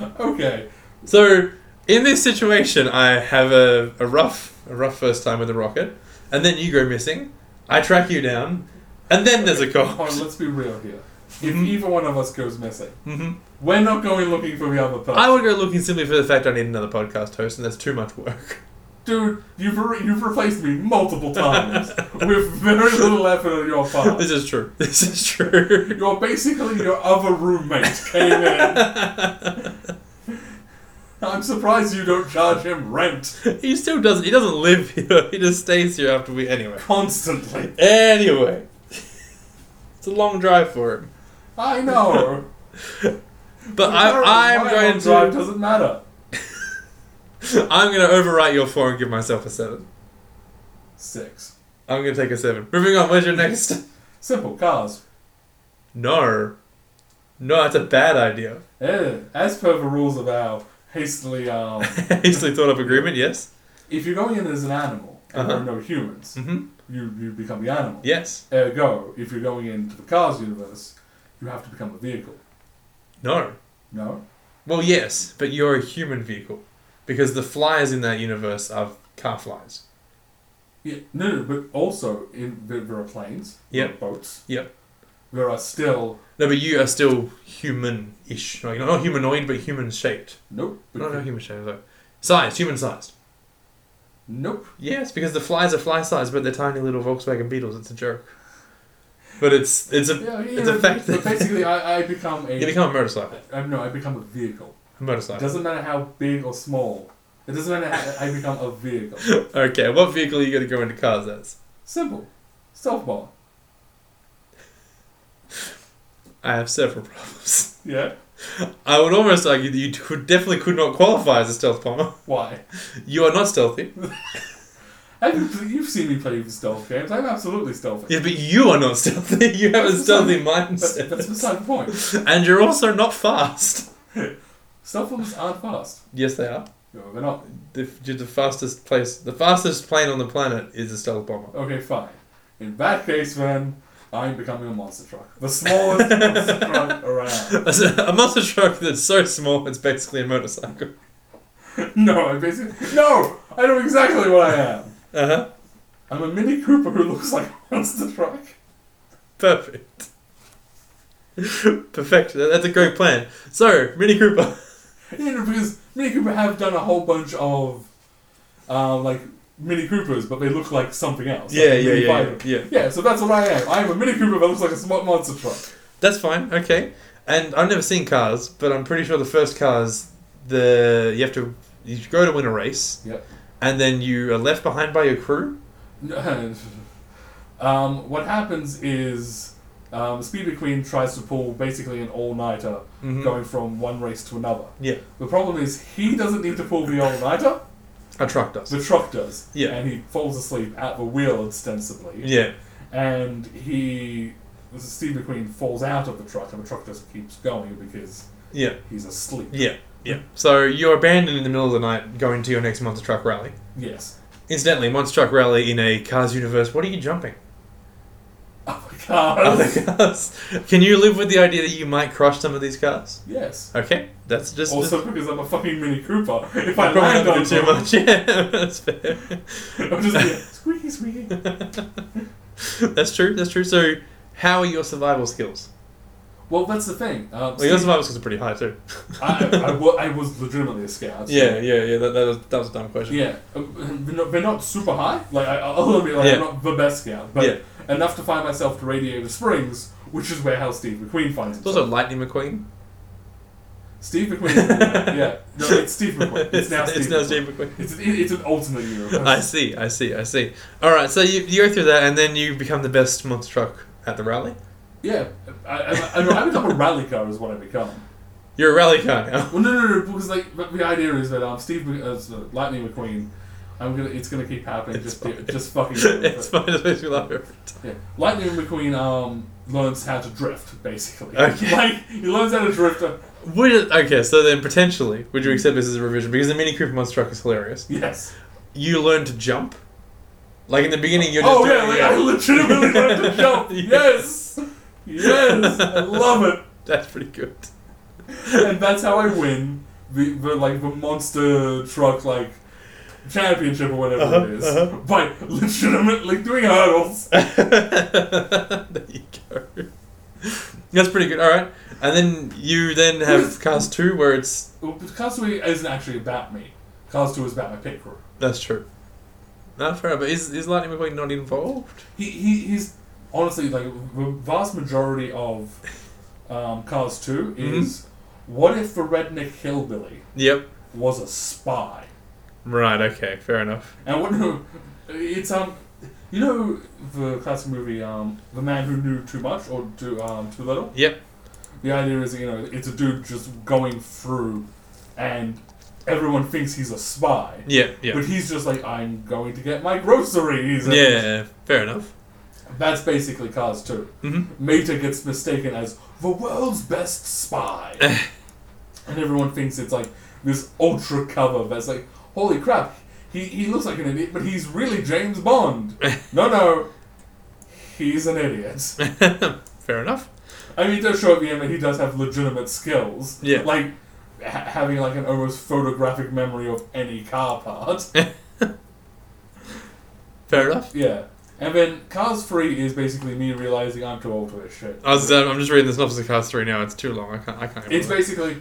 [SPEAKER 2] Okay,
[SPEAKER 1] So, in this situation, I have a, a rough a rough first time with the rocket, and then you go missing. I track you down, and then there's a
[SPEAKER 2] come on,
[SPEAKER 1] cult.
[SPEAKER 2] let's be real here. If
[SPEAKER 1] Mhm.
[SPEAKER 2] either one of us goes missing,
[SPEAKER 1] hmm
[SPEAKER 2] we're not going looking for the other person.
[SPEAKER 1] I would go looking simply for the fact I need another podcast host, and that's too much work.
[SPEAKER 2] Dude, you've, re- you've replaced me multiple times with very little effort on your part.
[SPEAKER 1] This is true. This is true.
[SPEAKER 2] You're basically your other roommate came in. I'm surprised you don't charge him rent
[SPEAKER 1] he still doesn't. He doesn't live here. He just stays here after we. Anyway.
[SPEAKER 2] constantly.
[SPEAKER 1] Anyway, it's a long drive for him.
[SPEAKER 2] I know.
[SPEAKER 1] But I, I'm
[SPEAKER 2] My
[SPEAKER 1] going
[SPEAKER 2] own drive
[SPEAKER 1] to.
[SPEAKER 2] doesn't matter.
[SPEAKER 1] I'm going to overwrite your four and give myself a seven.
[SPEAKER 2] Six.
[SPEAKER 1] I'm going to take a seven. Moving on. Where's your next?
[SPEAKER 2] Simple cars.
[SPEAKER 1] No. No, that's a bad idea.
[SPEAKER 2] Eh, as per the rules of our hastily, um,
[SPEAKER 1] Hastily thought up agreement. Yes.
[SPEAKER 2] if you're going in as an animal and there are
[SPEAKER 1] Uh-huh.
[SPEAKER 2] no humans,
[SPEAKER 1] Mm-hmm.
[SPEAKER 2] you you become the animal.
[SPEAKER 1] Yes.
[SPEAKER 2] Ergo, if you're going into the cars universe, you have to become a vehicle.
[SPEAKER 1] No.
[SPEAKER 2] No.
[SPEAKER 1] Well, yes, but you're a human vehicle because the flies in that universe are car flies.
[SPEAKER 2] Yeah, no, no, but also in there, there are planes, there are
[SPEAKER 1] Yep.
[SPEAKER 2] boats,
[SPEAKER 1] Yep.
[SPEAKER 2] there are still
[SPEAKER 1] No, but you are still human-ish. No, you're not humanoid, but human-shaped.
[SPEAKER 2] nope,
[SPEAKER 1] Not no, human-shaped. Though. Size, human-sized.
[SPEAKER 2] nope.
[SPEAKER 1] Yes, because the flies are fly-sized, but they're tiny little Volkswagen Beetles. It's a joke. But it's it's a
[SPEAKER 2] Yeah, yeah,
[SPEAKER 1] it's a
[SPEAKER 2] but-
[SPEAKER 1] fact
[SPEAKER 2] but
[SPEAKER 1] that
[SPEAKER 2] basically, I, I become a
[SPEAKER 1] you become a motorcycle.
[SPEAKER 2] I, no, I become a vehicle.
[SPEAKER 1] A
[SPEAKER 2] It
[SPEAKER 1] motorcycle.
[SPEAKER 2] doesn't matter how big or small. It doesn't matter how I become a vehicle.
[SPEAKER 1] Okay, what vehicle are you going to go into cars as?
[SPEAKER 2] Simple. Stealth bomber.
[SPEAKER 1] I have several problems.
[SPEAKER 2] Yeah.
[SPEAKER 1] I would almost argue that you could definitely could not qualify as a stealth bomber.
[SPEAKER 2] Why?
[SPEAKER 1] You are not stealthy.
[SPEAKER 2] Have you, you've seen me play with stealth games. I'm absolutely stealthy.
[SPEAKER 1] Yeah, but you are not stealthy. You have a
[SPEAKER 2] That's
[SPEAKER 1] stealthy
[SPEAKER 2] That's,
[SPEAKER 1] mindset.
[SPEAKER 2] that's beside the point.
[SPEAKER 1] And you're also not fast.
[SPEAKER 2] Stealth bombers aren't fast.
[SPEAKER 1] Yes, they are.
[SPEAKER 2] No, they're not.
[SPEAKER 1] The, the fastest place, the fastest plane on the planet is a stealth bomber.
[SPEAKER 2] Okay, fine. In that case, then, I'm becoming a monster truck. The smallest monster truck around.
[SPEAKER 1] A monster truck that's so small it's basically a motorcycle.
[SPEAKER 2] No, I basically. No! I know exactly what I am.
[SPEAKER 1] Uh huh.
[SPEAKER 2] I'm a Mini Cooper who looks like a monster truck.
[SPEAKER 1] Perfect. Perfect. That- That's a great plan. So, Mini Cooper.
[SPEAKER 2] You know, because Mini Cooper have done a whole bunch of, um, like Mini Coopers, but they look like something else. like
[SPEAKER 1] Yeah,
[SPEAKER 2] a
[SPEAKER 1] yeah,
[SPEAKER 2] Mini
[SPEAKER 1] yeah,
[SPEAKER 2] Viper.
[SPEAKER 1] yeah, yeah.
[SPEAKER 2] Yeah, so that's what I am. I am a Mini Cooper that looks like a smart monster truck.
[SPEAKER 1] That's fine. Okay. And I've never seen cars, but I'm pretty sure the first cars, the you have to you go to win a race,
[SPEAKER 2] Yep.
[SPEAKER 1] and then you are left behind by your crew.
[SPEAKER 2] um, what happens is, um, Speedy Queen tries to pull basically an all-nighter,
[SPEAKER 1] Mhm.
[SPEAKER 2] going from one race to another.
[SPEAKER 1] Yeah,
[SPEAKER 2] The problem is he doesn't need to pull the all-nighter.
[SPEAKER 1] a truck does.
[SPEAKER 2] The truck does.
[SPEAKER 1] Yeah.
[SPEAKER 2] And he falls asleep at the wheel ostensibly.
[SPEAKER 1] Yeah,
[SPEAKER 2] and he Steve McQueen falls out of the truck, and the truck just keeps going because
[SPEAKER 1] yeah,
[SPEAKER 2] he's asleep.
[SPEAKER 1] yeah, yeah. So you're abandoned in the middle of the night, going to your next monster truck rally.
[SPEAKER 2] Yes.
[SPEAKER 1] Incidentally, monster truck rally in a Cars universe. What are you jumping?
[SPEAKER 2] Oh my god.
[SPEAKER 1] Other cars. Can you live with the idea that you might crush some of these cars?
[SPEAKER 2] yes.
[SPEAKER 1] Okay, that's just. just-
[SPEAKER 2] Also because I'm a fucking Mini Cooper. If I
[SPEAKER 1] Probably
[SPEAKER 2] land
[SPEAKER 1] not
[SPEAKER 2] on
[SPEAKER 1] doing too
[SPEAKER 2] them,
[SPEAKER 1] much. Yeah, that's fair.
[SPEAKER 2] I'll just be like, squeaky squeaky.
[SPEAKER 1] That's true. That's true. So, how are your survival skills?
[SPEAKER 2] Well, that's the thing. Um,
[SPEAKER 1] Well, your
[SPEAKER 2] Steve-
[SPEAKER 1] survival skills are pretty high too.
[SPEAKER 2] I, I, I, wa- I was legitimately a scout.
[SPEAKER 1] Yeah, yeah, yeah. That, that, was, that was a dumb question.
[SPEAKER 2] Yeah, Um, they're not, they're not super high. Like I, I'll admit, like
[SPEAKER 1] Yeah.
[SPEAKER 2] I'm not the best scout, but
[SPEAKER 1] Yeah.
[SPEAKER 2] enough to find myself to Radiator Springs, which is where Hal Steve McQueen finds
[SPEAKER 1] It's
[SPEAKER 2] himself.
[SPEAKER 1] also Lightning McQueen.
[SPEAKER 2] Steve McQueen. yeah, no, it's Steve McQueen. It's now Steve.
[SPEAKER 1] it's now Steve McQueen.
[SPEAKER 2] It's an, it's an alternate universe.
[SPEAKER 1] I see, I see, I see. All right, so you, you go through that, and then you become the best monster truck at the rally.
[SPEAKER 2] Yeah, I, I, I, no, I become a rally car is what I become.
[SPEAKER 1] You're a rally car now.
[SPEAKER 2] Well, no, no, no, because like the the idea is that um, Steve Mc- uh, so Lightning McQueen, I'm gonna, it's gonna keep happening.
[SPEAKER 1] It's
[SPEAKER 2] just, do-
[SPEAKER 1] fine.
[SPEAKER 2] just fucking. do it.
[SPEAKER 1] it's fine. It makes me laugh every time.
[SPEAKER 2] Yeah. Lightning McQueen um learns how to drift basically.
[SPEAKER 1] Okay.
[SPEAKER 2] Like he learns how to drift. Uh,
[SPEAKER 1] Would it, okay, so then potentially, would you accept this as a revision? Because the Mini Cooper monster truck is hilarious.
[SPEAKER 2] yes.
[SPEAKER 1] You learn to jump. Like in the beginning, you're just
[SPEAKER 2] oh
[SPEAKER 1] doing
[SPEAKER 2] yeah, like, I legitimately learned to jump. Yes. Yes, I love it.
[SPEAKER 1] That's pretty good.
[SPEAKER 2] and that's how I win the, the like the monster truck like championship or whatever
[SPEAKER 1] Uh-huh,
[SPEAKER 2] it is
[SPEAKER 1] uh-huh.
[SPEAKER 2] by legitimately doing hurdles.
[SPEAKER 1] there you go. That's pretty good. All right, and then you then have Cars Two, where it's
[SPEAKER 2] Well, but Cars 2 isn't actually about me. Cars 2 is about my pit crew.
[SPEAKER 1] that's true. Not fair, but is is Lightning McQueen not involved?
[SPEAKER 2] He, he he's honestly like the vast majority of um, Cars 2
[SPEAKER 1] Mm-hmm.
[SPEAKER 2] is what if the redneck hillbilly
[SPEAKER 1] Yep.
[SPEAKER 2] was a spy?
[SPEAKER 1] Right. Okay. Fair enough.
[SPEAKER 2] And what no, it's um you know the classic movie um The Man Who Knew Too Much or Too um Too Little?
[SPEAKER 1] Yep.
[SPEAKER 2] The idea is, you know, it's a dude just going through, and everyone thinks he's a spy.
[SPEAKER 1] Yeah. Yeah.
[SPEAKER 2] But he's just like, I'm going to get my groceries. and
[SPEAKER 1] Yeah. Fair enough.
[SPEAKER 2] That's basically Cars 2.
[SPEAKER 1] Mhm.
[SPEAKER 2] Mater gets mistaken as the world's best spy. and everyone thinks it's like this ultra cover that's like, holy crap, he, he looks like an idiot, but he's really James Bond. no, no, he's an idiot.
[SPEAKER 1] fair enough.
[SPEAKER 2] I mean, it does show at the end that he does have legitimate skills.
[SPEAKER 1] Yeah.
[SPEAKER 2] Like ha- having like an almost photographic memory of any car part.
[SPEAKER 1] Fair enough.
[SPEAKER 2] yeah. And then Cars Free is basically me realizing I'm too old for this shit.
[SPEAKER 1] I was, uh, I'm just reading this synopsis of Cars Three now. It's too long. I can't. I can't.
[SPEAKER 2] It's
[SPEAKER 1] remember.
[SPEAKER 2] basically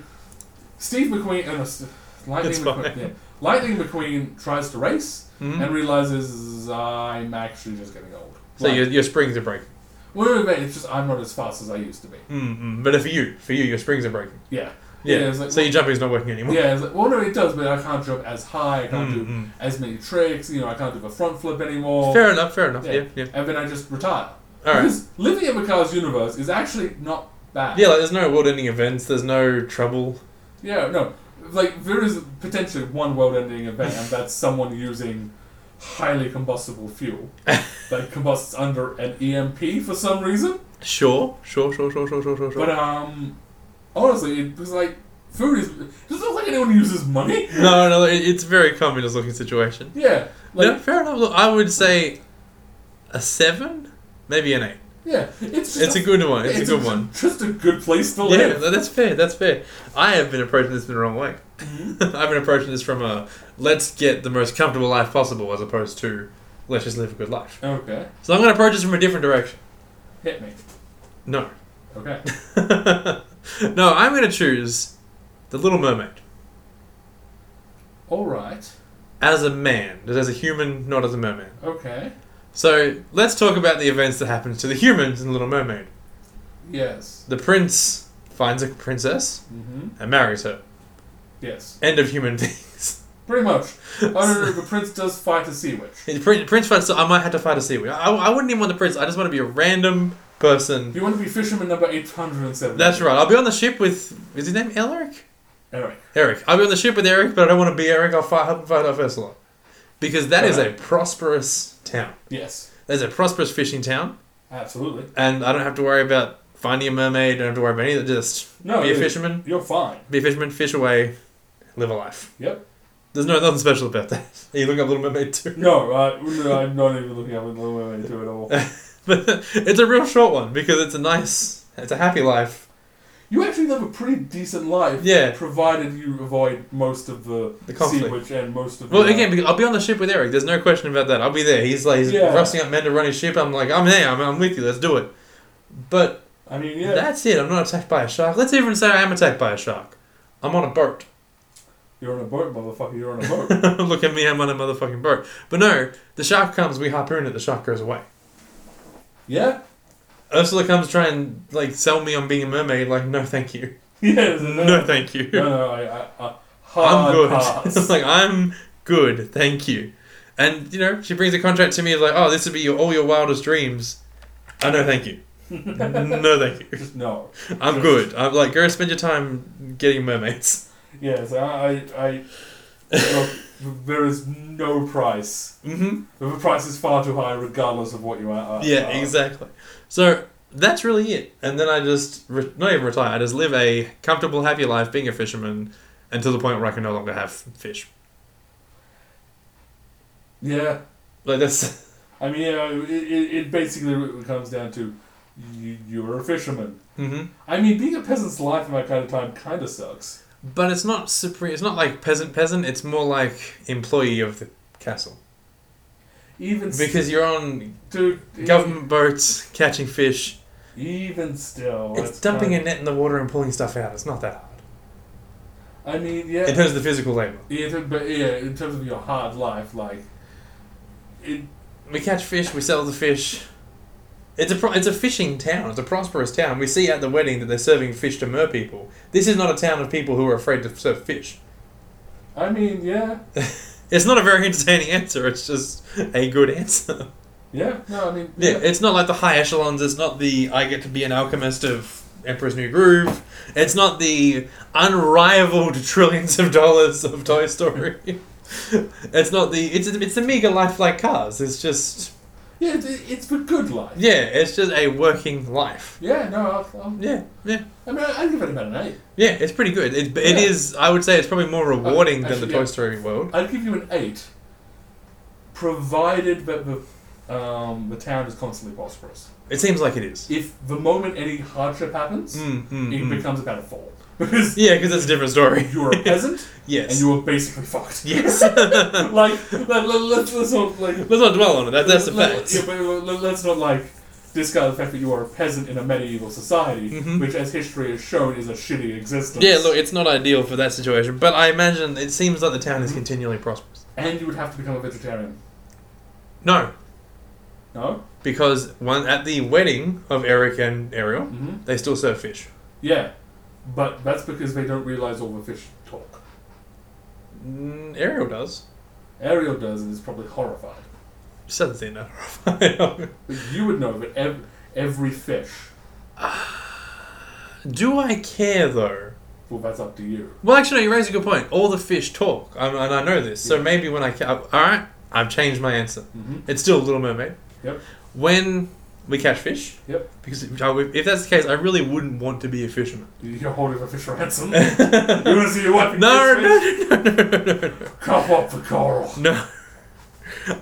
[SPEAKER 2] Steve McQueen and uh, S- Lightning
[SPEAKER 1] It's
[SPEAKER 2] McQueen.
[SPEAKER 1] fine.
[SPEAKER 2] Yeah. Lightning McQueen tries to race
[SPEAKER 1] Mhm.
[SPEAKER 2] and realizes I'm actually just getting old.
[SPEAKER 1] So
[SPEAKER 2] Like,
[SPEAKER 1] your your springs are breaking.
[SPEAKER 2] wait, wait, wait, it's just I'm not as fast as I used to be.
[SPEAKER 1] Mm-mm. Mm-hmm. But for you, for you, your springs are breaking.
[SPEAKER 2] Yeah.
[SPEAKER 1] Yeah.
[SPEAKER 2] it's like,
[SPEAKER 1] so your jumping's not working anymore.
[SPEAKER 2] Yeah, it's like, well, no, it does, but I can't jump as high. I can't
[SPEAKER 1] Mm,
[SPEAKER 2] do
[SPEAKER 1] mm.
[SPEAKER 2] as many tricks. You know, I can't do the front flip anymore.
[SPEAKER 1] Fair enough. Fair enough. Yeah. Yeah.
[SPEAKER 2] And then I just retire.
[SPEAKER 1] All right.
[SPEAKER 2] Because living in Makar's universe is actually not bad.
[SPEAKER 1] Yeah, like there's no world-ending events. There's no trouble.
[SPEAKER 2] Yeah, no. Like, there is potentially one world ending event, and that's someone using highly combustible fuel that combusts under an EMP for some reason.
[SPEAKER 1] Sure, sure, sure, sure, sure, sure, sure. sure.
[SPEAKER 2] But, um, honestly, it was like, food is. Does it look like anyone uses money?
[SPEAKER 1] no, no, it- it's a very communist-looking situation.
[SPEAKER 2] Yeah.
[SPEAKER 1] no,
[SPEAKER 2] Like,
[SPEAKER 1] fair enough. Look, I would say a seven, maybe an eight.
[SPEAKER 2] yeah. It's just
[SPEAKER 1] It's a good one. It's, a good one.
[SPEAKER 2] Just a good place to
[SPEAKER 1] Yeah,
[SPEAKER 2] live.
[SPEAKER 1] no, that's fair. That's fair. I have been approaching this in the wrong way. I've been approaching this from a let's get the most comfortable life possible, as opposed to let's just live a good life.
[SPEAKER 2] Okay.
[SPEAKER 1] So I'm going to approach this from a different direction.
[SPEAKER 2] Hit me.
[SPEAKER 1] No,
[SPEAKER 2] Okay.
[SPEAKER 1] no, I'm going to choose the Little Mermaid.
[SPEAKER 2] All right.
[SPEAKER 1] as a man, just as a human, not as a merman.
[SPEAKER 2] Okay.
[SPEAKER 1] So let's talk about the events that happens to the humans in Little Mermaid.
[SPEAKER 2] Yes.
[SPEAKER 1] The prince finds a princess
[SPEAKER 2] Mm-hmm.
[SPEAKER 1] and marries her.
[SPEAKER 2] Yes.
[SPEAKER 1] End of human things.
[SPEAKER 2] Pretty much. Oh no, no, the prince does fight a sea witch.
[SPEAKER 1] The prin- prince fights. I might have to fight a seaweed. I, I wouldn't even want the prince. I just want to be a random person.
[SPEAKER 2] You want to be fisherman number eight hundred and seven.
[SPEAKER 1] That's right. I'll be on the ship with. Is his name Elric?
[SPEAKER 2] Eric.
[SPEAKER 1] Eric. I'll be on the ship with Eric, but I don't want to be Eric. I'll fight, help him fight off Ursula. Because that is a prosperous town.
[SPEAKER 2] Yes.
[SPEAKER 1] There's a prosperous fishing town.
[SPEAKER 2] Absolutely.
[SPEAKER 1] and I don't have to worry about finding a mermaid. I don't have to worry about any of that. Just
[SPEAKER 2] No,
[SPEAKER 1] be a
[SPEAKER 2] it-
[SPEAKER 1] fisherman,
[SPEAKER 2] You're fine.
[SPEAKER 1] be a fisherman, fish away, live a life.
[SPEAKER 2] Yep.
[SPEAKER 1] There's no nothing special about that. You look up Little Mermaid too,
[SPEAKER 2] No, uh, no, I'm not even looking up at Little Mermaid two at all.
[SPEAKER 1] but it's a real short one because it's a nice, it's a happy life.
[SPEAKER 2] You actually live a pretty decent life.
[SPEAKER 1] Yeah.
[SPEAKER 2] Provided you avoid most of the,
[SPEAKER 1] The
[SPEAKER 2] sea
[SPEAKER 1] conflict.
[SPEAKER 2] witch and most of.
[SPEAKER 1] Well,
[SPEAKER 2] the, uh,
[SPEAKER 1] again, because I'll be on the ship with Eric. There's no question about that. I'll be there. He's like he's
[SPEAKER 2] Yeah.
[SPEAKER 1] rusting up men to run his ship. I'm like I'm there. I'm, I'm with you. Let's do it. But
[SPEAKER 2] I mean, yeah.
[SPEAKER 1] that's it. I'm not attacked by a shark. Let's even say I am attacked by a shark. I'm on a boat.
[SPEAKER 2] You're on a boat, motherfucker. You're on a boat.
[SPEAKER 1] Look at me, I'm on a motherfucking boat. But no, the shark comes, we harpoon it, the shark goes away.
[SPEAKER 2] yeah.
[SPEAKER 1] Ursula comes try and like sell me on being a mermaid, like, no thank you.
[SPEAKER 2] yes.
[SPEAKER 1] No, thank you.
[SPEAKER 2] No, no, I, I, I hard
[SPEAKER 1] I'm good.
[SPEAKER 2] pass.
[SPEAKER 1] like I'm good, thank you. And you know, she brings a contract to me like, oh, this would be your, all your wildest dreams. Oh no, thank you. no, thank you.
[SPEAKER 2] Just no.
[SPEAKER 1] I'm good. I'm like, go spend your time getting mermaids.
[SPEAKER 2] Yes, I, I, I look, there is no price.
[SPEAKER 1] hmm
[SPEAKER 2] The price is far too high, regardless of what you are. are-
[SPEAKER 1] Yeah,
[SPEAKER 2] are.
[SPEAKER 1] exactly. So that's really it. And then I just re- not even retire. I just live a comfortable, happy life being a fisherman, until the point where I can no longer have fish.
[SPEAKER 2] Yeah,
[SPEAKER 1] Like that's
[SPEAKER 2] I mean, yeah, it, it, it basically comes down to you, you're a fisherman.
[SPEAKER 1] hmm
[SPEAKER 2] I mean, being a peasant's life in that kind of time kind of sucks.
[SPEAKER 1] But it's not supreme. It's not like peasant peasant. It's more like employee of the castle.
[SPEAKER 2] Even s-
[SPEAKER 1] Because you're on
[SPEAKER 2] to
[SPEAKER 1] government boats catching fish.
[SPEAKER 2] Even still,
[SPEAKER 1] it's dumping
[SPEAKER 2] kind
[SPEAKER 1] a net in the water and pulling stuff out. It's not that hard.
[SPEAKER 2] I mean, yeah,
[SPEAKER 1] In terms of the physical labour.
[SPEAKER 2] yeah, th- but yeah, in terms of your hard life, like it.
[SPEAKER 1] We catch fish, we sell the fish. It's a, pro- it's a fishing town. It's a prosperous town. We see at the wedding that they're serving fish to mer people. This is not a town of people who are afraid to serve fish.
[SPEAKER 2] I mean, yeah,
[SPEAKER 1] It's not a very entertaining answer. It's just a good answer.
[SPEAKER 2] yeah. No, I mean,
[SPEAKER 1] Yeah, it's not like the high echelons. It's not the I get to be an alchemist of Emperor's New Groove. It's not the unrivaled trillions of dollars of Toy Story. it's not the it's it's the meager life like cars. It's just
[SPEAKER 2] Yeah, it, it's the good life.
[SPEAKER 1] yeah, it's just a working life.
[SPEAKER 2] Yeah, no, I'll, I'll,
[SPEAKER 1] Yeah, yeah,
[SPEAKER 2] I mean, I- I'd give it about an eight.
[SPEAKER 1] yeah. It's pretty good. It, it
[SPEAKER 2] Yeah. Uh,
[SPEAKER 1] is. I would say it's probably more rewarding than
[SPEAKER 2] actually,
[SPEAKER 1] the Toy
[SPEAKER 2] yeah.
[SPEAKER 1] Story world.
[SPEAKER 2] I'd give you an eight, provided that the um, the town is constantly prosperous.
[SPEAKER 1] It seems like it is.
[SPEAKER 2] If the moment any hardship happens,
[SPEAKER 1] Mm, mm,
[SPEAKER 2] it
[SPEAKER 1] mm.
[SPEAKER 2] becomes about a four because
[SPEAKER 1] Yeah, because that's a different story.
[SPEAKER 2] you're a peasant and
[SPEAKER 1] yes.
[SPEAKER 2] you are basically fucked.
[SPEAKER 1] yes. Let's
[SPEAKER 2] like, let, let, let's, let's not like
[SPEAKER 1] not dwell on it. That, that's the
[SPEAKER 2] let-
[SPEAKER 1] fact.
[SPEAKER 2] Yeah, but uh, let- let's not like discard the fact that you are a peasant in a medieval society,
[SPEAKER 1] Mhm.
[SPEAKER 2] which, as history has shown, is a shitty existence.
[SPEAKER 1] Yeah, look, it's not ideal for that situation, but I imagine it seems like the town is continually prosperous.
[SPEAKER 2] and you would have to become a vegetarian.
[SPEAKER 1] No,
[SPEAKER 2] No.
[SPEAKER 1] because one at the wedding of Eric and Ariel,
[SPEAKER 2] Mm-hmm.
[SPEAKER 1] they still serve fish.
[SPEAKER 2] Yeah, but that's because they don't realize all the fish talk.
[SPEAKER 1] Mm, Ariel does.
[SPEAKER 2] Ariel does, and is probably horrified.
[SPEAKER 1] She doesn't seem that horrified.
[SPEAKER 2] But you would know that ev- every fish.
[SPEAKER 1] Do I care though?
[SPEAKER 2] Well, that's up to you.
[SPEAKER 1] Well, actually, no, you raise a good point. All the fish talk, I and I know this. So
[SPEAKER 2] Yeah.
[SPEAKER 1] maybe when I ca- all right, I've changed my answer.
[SPEAKER 2] Mm-hmm.
[SPEAKER 1] It's still Little Mermaid.
[SPEAKER 2] Yep.
[SPEAKER 1] When we catch fish,
[SPEAKER 2] Yep.
[SPEAKER 1] because if, I- if that's the case, I really wouldn't want to be a fisherman.
[SPEAKER 2] You're holding a fish ransom. you want to see your wife?
[SPEAKER 1] No,
[SPEAKER 2] no.
[SPEAKER 1] no, no, no, no, no, no.
[SPEAKER 2] Cough up the coral.
[SPEAKER 1] No.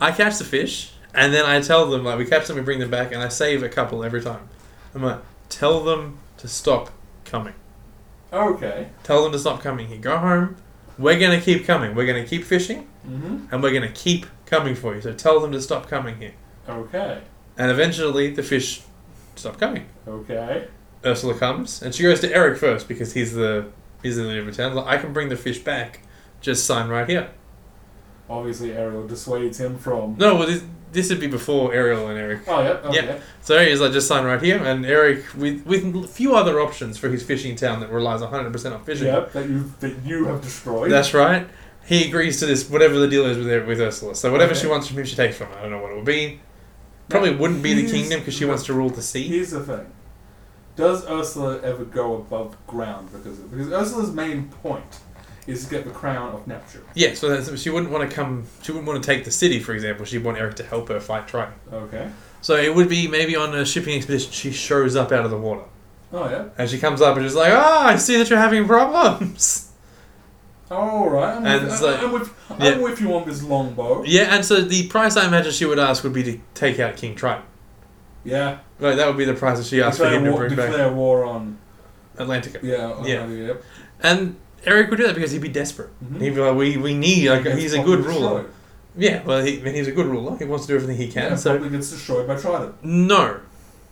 [SPEAKER 1] I catch the fish, and then I tell them, like, we catch them, we bring them back, and I save a couple every time. I'm like, tell them to stop coming.
[SPEAKER 2] Okay.
[SPEAKER 1] Tell them to stop coming here. Go home. We're going to keep coming. We're going to keep fishing,
[SPEAKER 2] Mm-hmm.
[SPEAKER 1] and we're going to keep coming for you. So tell them to stop coming here.
[SPEAKER 2] Okay.
[SPEAKER 1] And eventually, the fish stop coming.
[SPEAKER 2] Okay.
[SPEAKER 1] Ursula comes, and she goes to Eric first because he's the he's the leader of the town. Like, I can bring the fish back. Just sign right here.
[SPEAKER 2] Obviously, Ariel dissuades him from.
[SPEAKER 1] No, well, this, this would be before Ariel and Eric.
[SPEAKER 2] Oh, yeah. Okay.
[SPEAKER 1] Yeah. So he's like, just sign right here, and Eric, with with few other options for his fishing town that relies 100% on fishing.
[SPEAKER 2] Yep, that you that you have destroyed.
[SPEAKER 1] That's right. He agrees to this, whatever the deal is with with Ursula. So whatever she
[SPEAKER 2] Okay.
[SPEAKER 1] wants from him, she takes from him. I don't know what it will be. Probably wouldn't be the
[SPEAKER 2] here's-
[SPEAKER 1] kingdom because she wants to rule the sea.
[SPEAKER 2] Here's the thing: Does Ursula ever go above ground because of, because Ursula's main point is to get the crown of Neptune?
[SPEAKER 1] Yeah, so that's, she wouldn't want to come. She wouldn't want to take the city, for example. She'd want Eric to help her fight Triton.
[SPEAKER 2] Okay.
[SPEAKER 1] So it would be maybe on a shipping expedition. She shows up out of the water,
[SPEAKER 2] Oh yeah.
[SPEAKER 1] and she comes up and is like, "Ah, I see that you're having problems."
[SPEAKER 2] Oh, All right. I'm,
[SPEAKER 1] And
[SPEAKER 2] with,
[SPEAKER 1] it's
[SPEAKER 2] I-
[SPEAKER 1] like-
[SPEAKER 2] I'm with
[SPEAKER 1] yeah.
[SPEAKER 2] I'm with you on this longbow.
[SPEAKER 1] Yeah, and so the price I imagine she would ask would be to take out King Triton.
[SPEAKER 2] Yeah.
[SPEAKER 1] Like that would be the price that she asked for
[SPEAKER 2] declare
[SPEAKER 1] him to
[SPEAKER 2] war,
[SPEAKER 1] bring back
[SPEAKER 2] declare war on.
[SPEAKER 1] Atlantica.
[SPEAKER 2] Yeah. on-
[SPEAKER 1] Yeah.
[SPEAKER 2] Yep.
[SPEAKER 1] And Eric would do that because he'd be desperate.
[SPEAKER 2] Mhm.
[SPEAKER 1] He'd be like, "We, we need like
[SPEAKER 2] Gets
[SPEAKER 1] he's a
[SPEAKER 2] probably
[SPEAKER 1] good ruler."
[SPEAKER 2] destroyed.
[SPEAKER 1] Yeah, well, he, I mean, he's a good ruler. He wants to do everything he can.
[SPEAKER 2] yeah,
[SPEAKER 1] so
[SPEAKER 2] probably gets destroyed by Trident.
[SPEAKER 1] no,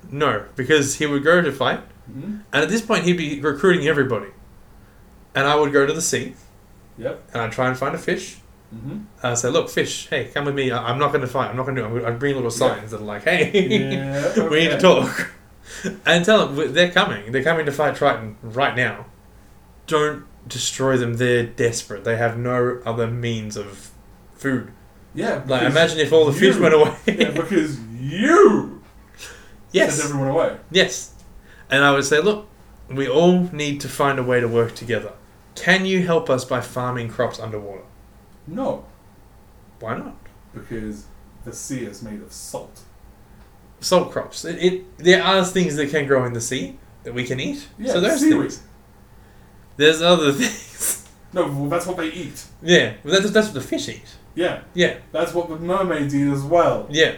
[SPEAKER 1] no, because he would go to fight,
[SPEAKER 2] hmm
[SPEAKER 1] and at this point he'd be recruiting everybody, and I would go to the sea
[SPEAKER 2] Yep.
[SPEAKER 1] and I'd try and find a fish.
[SPEAKER 2] Mm-hmm.
[SPEAKER 1] And I'd say, "Look, fish, hey, come with me. I, I'm not going to fight. I'm not going to do it. I'd bring little
[SPEAKER 2] Yeah.
[SPEAKER 1] signs that are like, hey."
[SPEAKER 2] Yeah,
[SPEAKER 1] we need to
[SPEAKER 2] okay.
[SPEAKER 1] talk and tell them we- they're coming. They're coming to fight Triton right now. don't destroy them. They're desperate. They have no other means of food.
[SPEAKER 2] Yeah.
[SPEAKER 1] Like,
[SPEAKER 2] because
[SPEAKER 1] imagine if all the fish
[SPEAKER 2] you-
[SPEAKER 1] went away.
[SPEAKER 2] Yeah, because you
[SPEAKER 1] yes.
[SPEAKER 2] sent everyone away.
[SPEAKER 1] Yes. And I would say, look, we all need to find a way to work together. Can you help us by farming crops underwater?
[SPEAKER 2] No,
[SPEAKER 1] Why not?
[SPEAKER 2] because the sea is made of salt.
[SPEAKER 1] Salt crops. It, it there are things that can grow in the sea that we can eat.
[SPEAKER 2] Yeah,
[SPEAKER 1] so there's
[SPEAKER 2] seaweed.
[SPEAKER 1] things. There's other things.
[SPEAKER 2] No, well, that's what they eat.
[SPEAKER 1] yeah, well, that's that's what the fish eat.
[SPEAKER 2] Yeah,
[SPEAKER 1] Yeah,
[SPEAKER 2] that's what the mermaids eat as well.
[SPEAKER 1] yeah.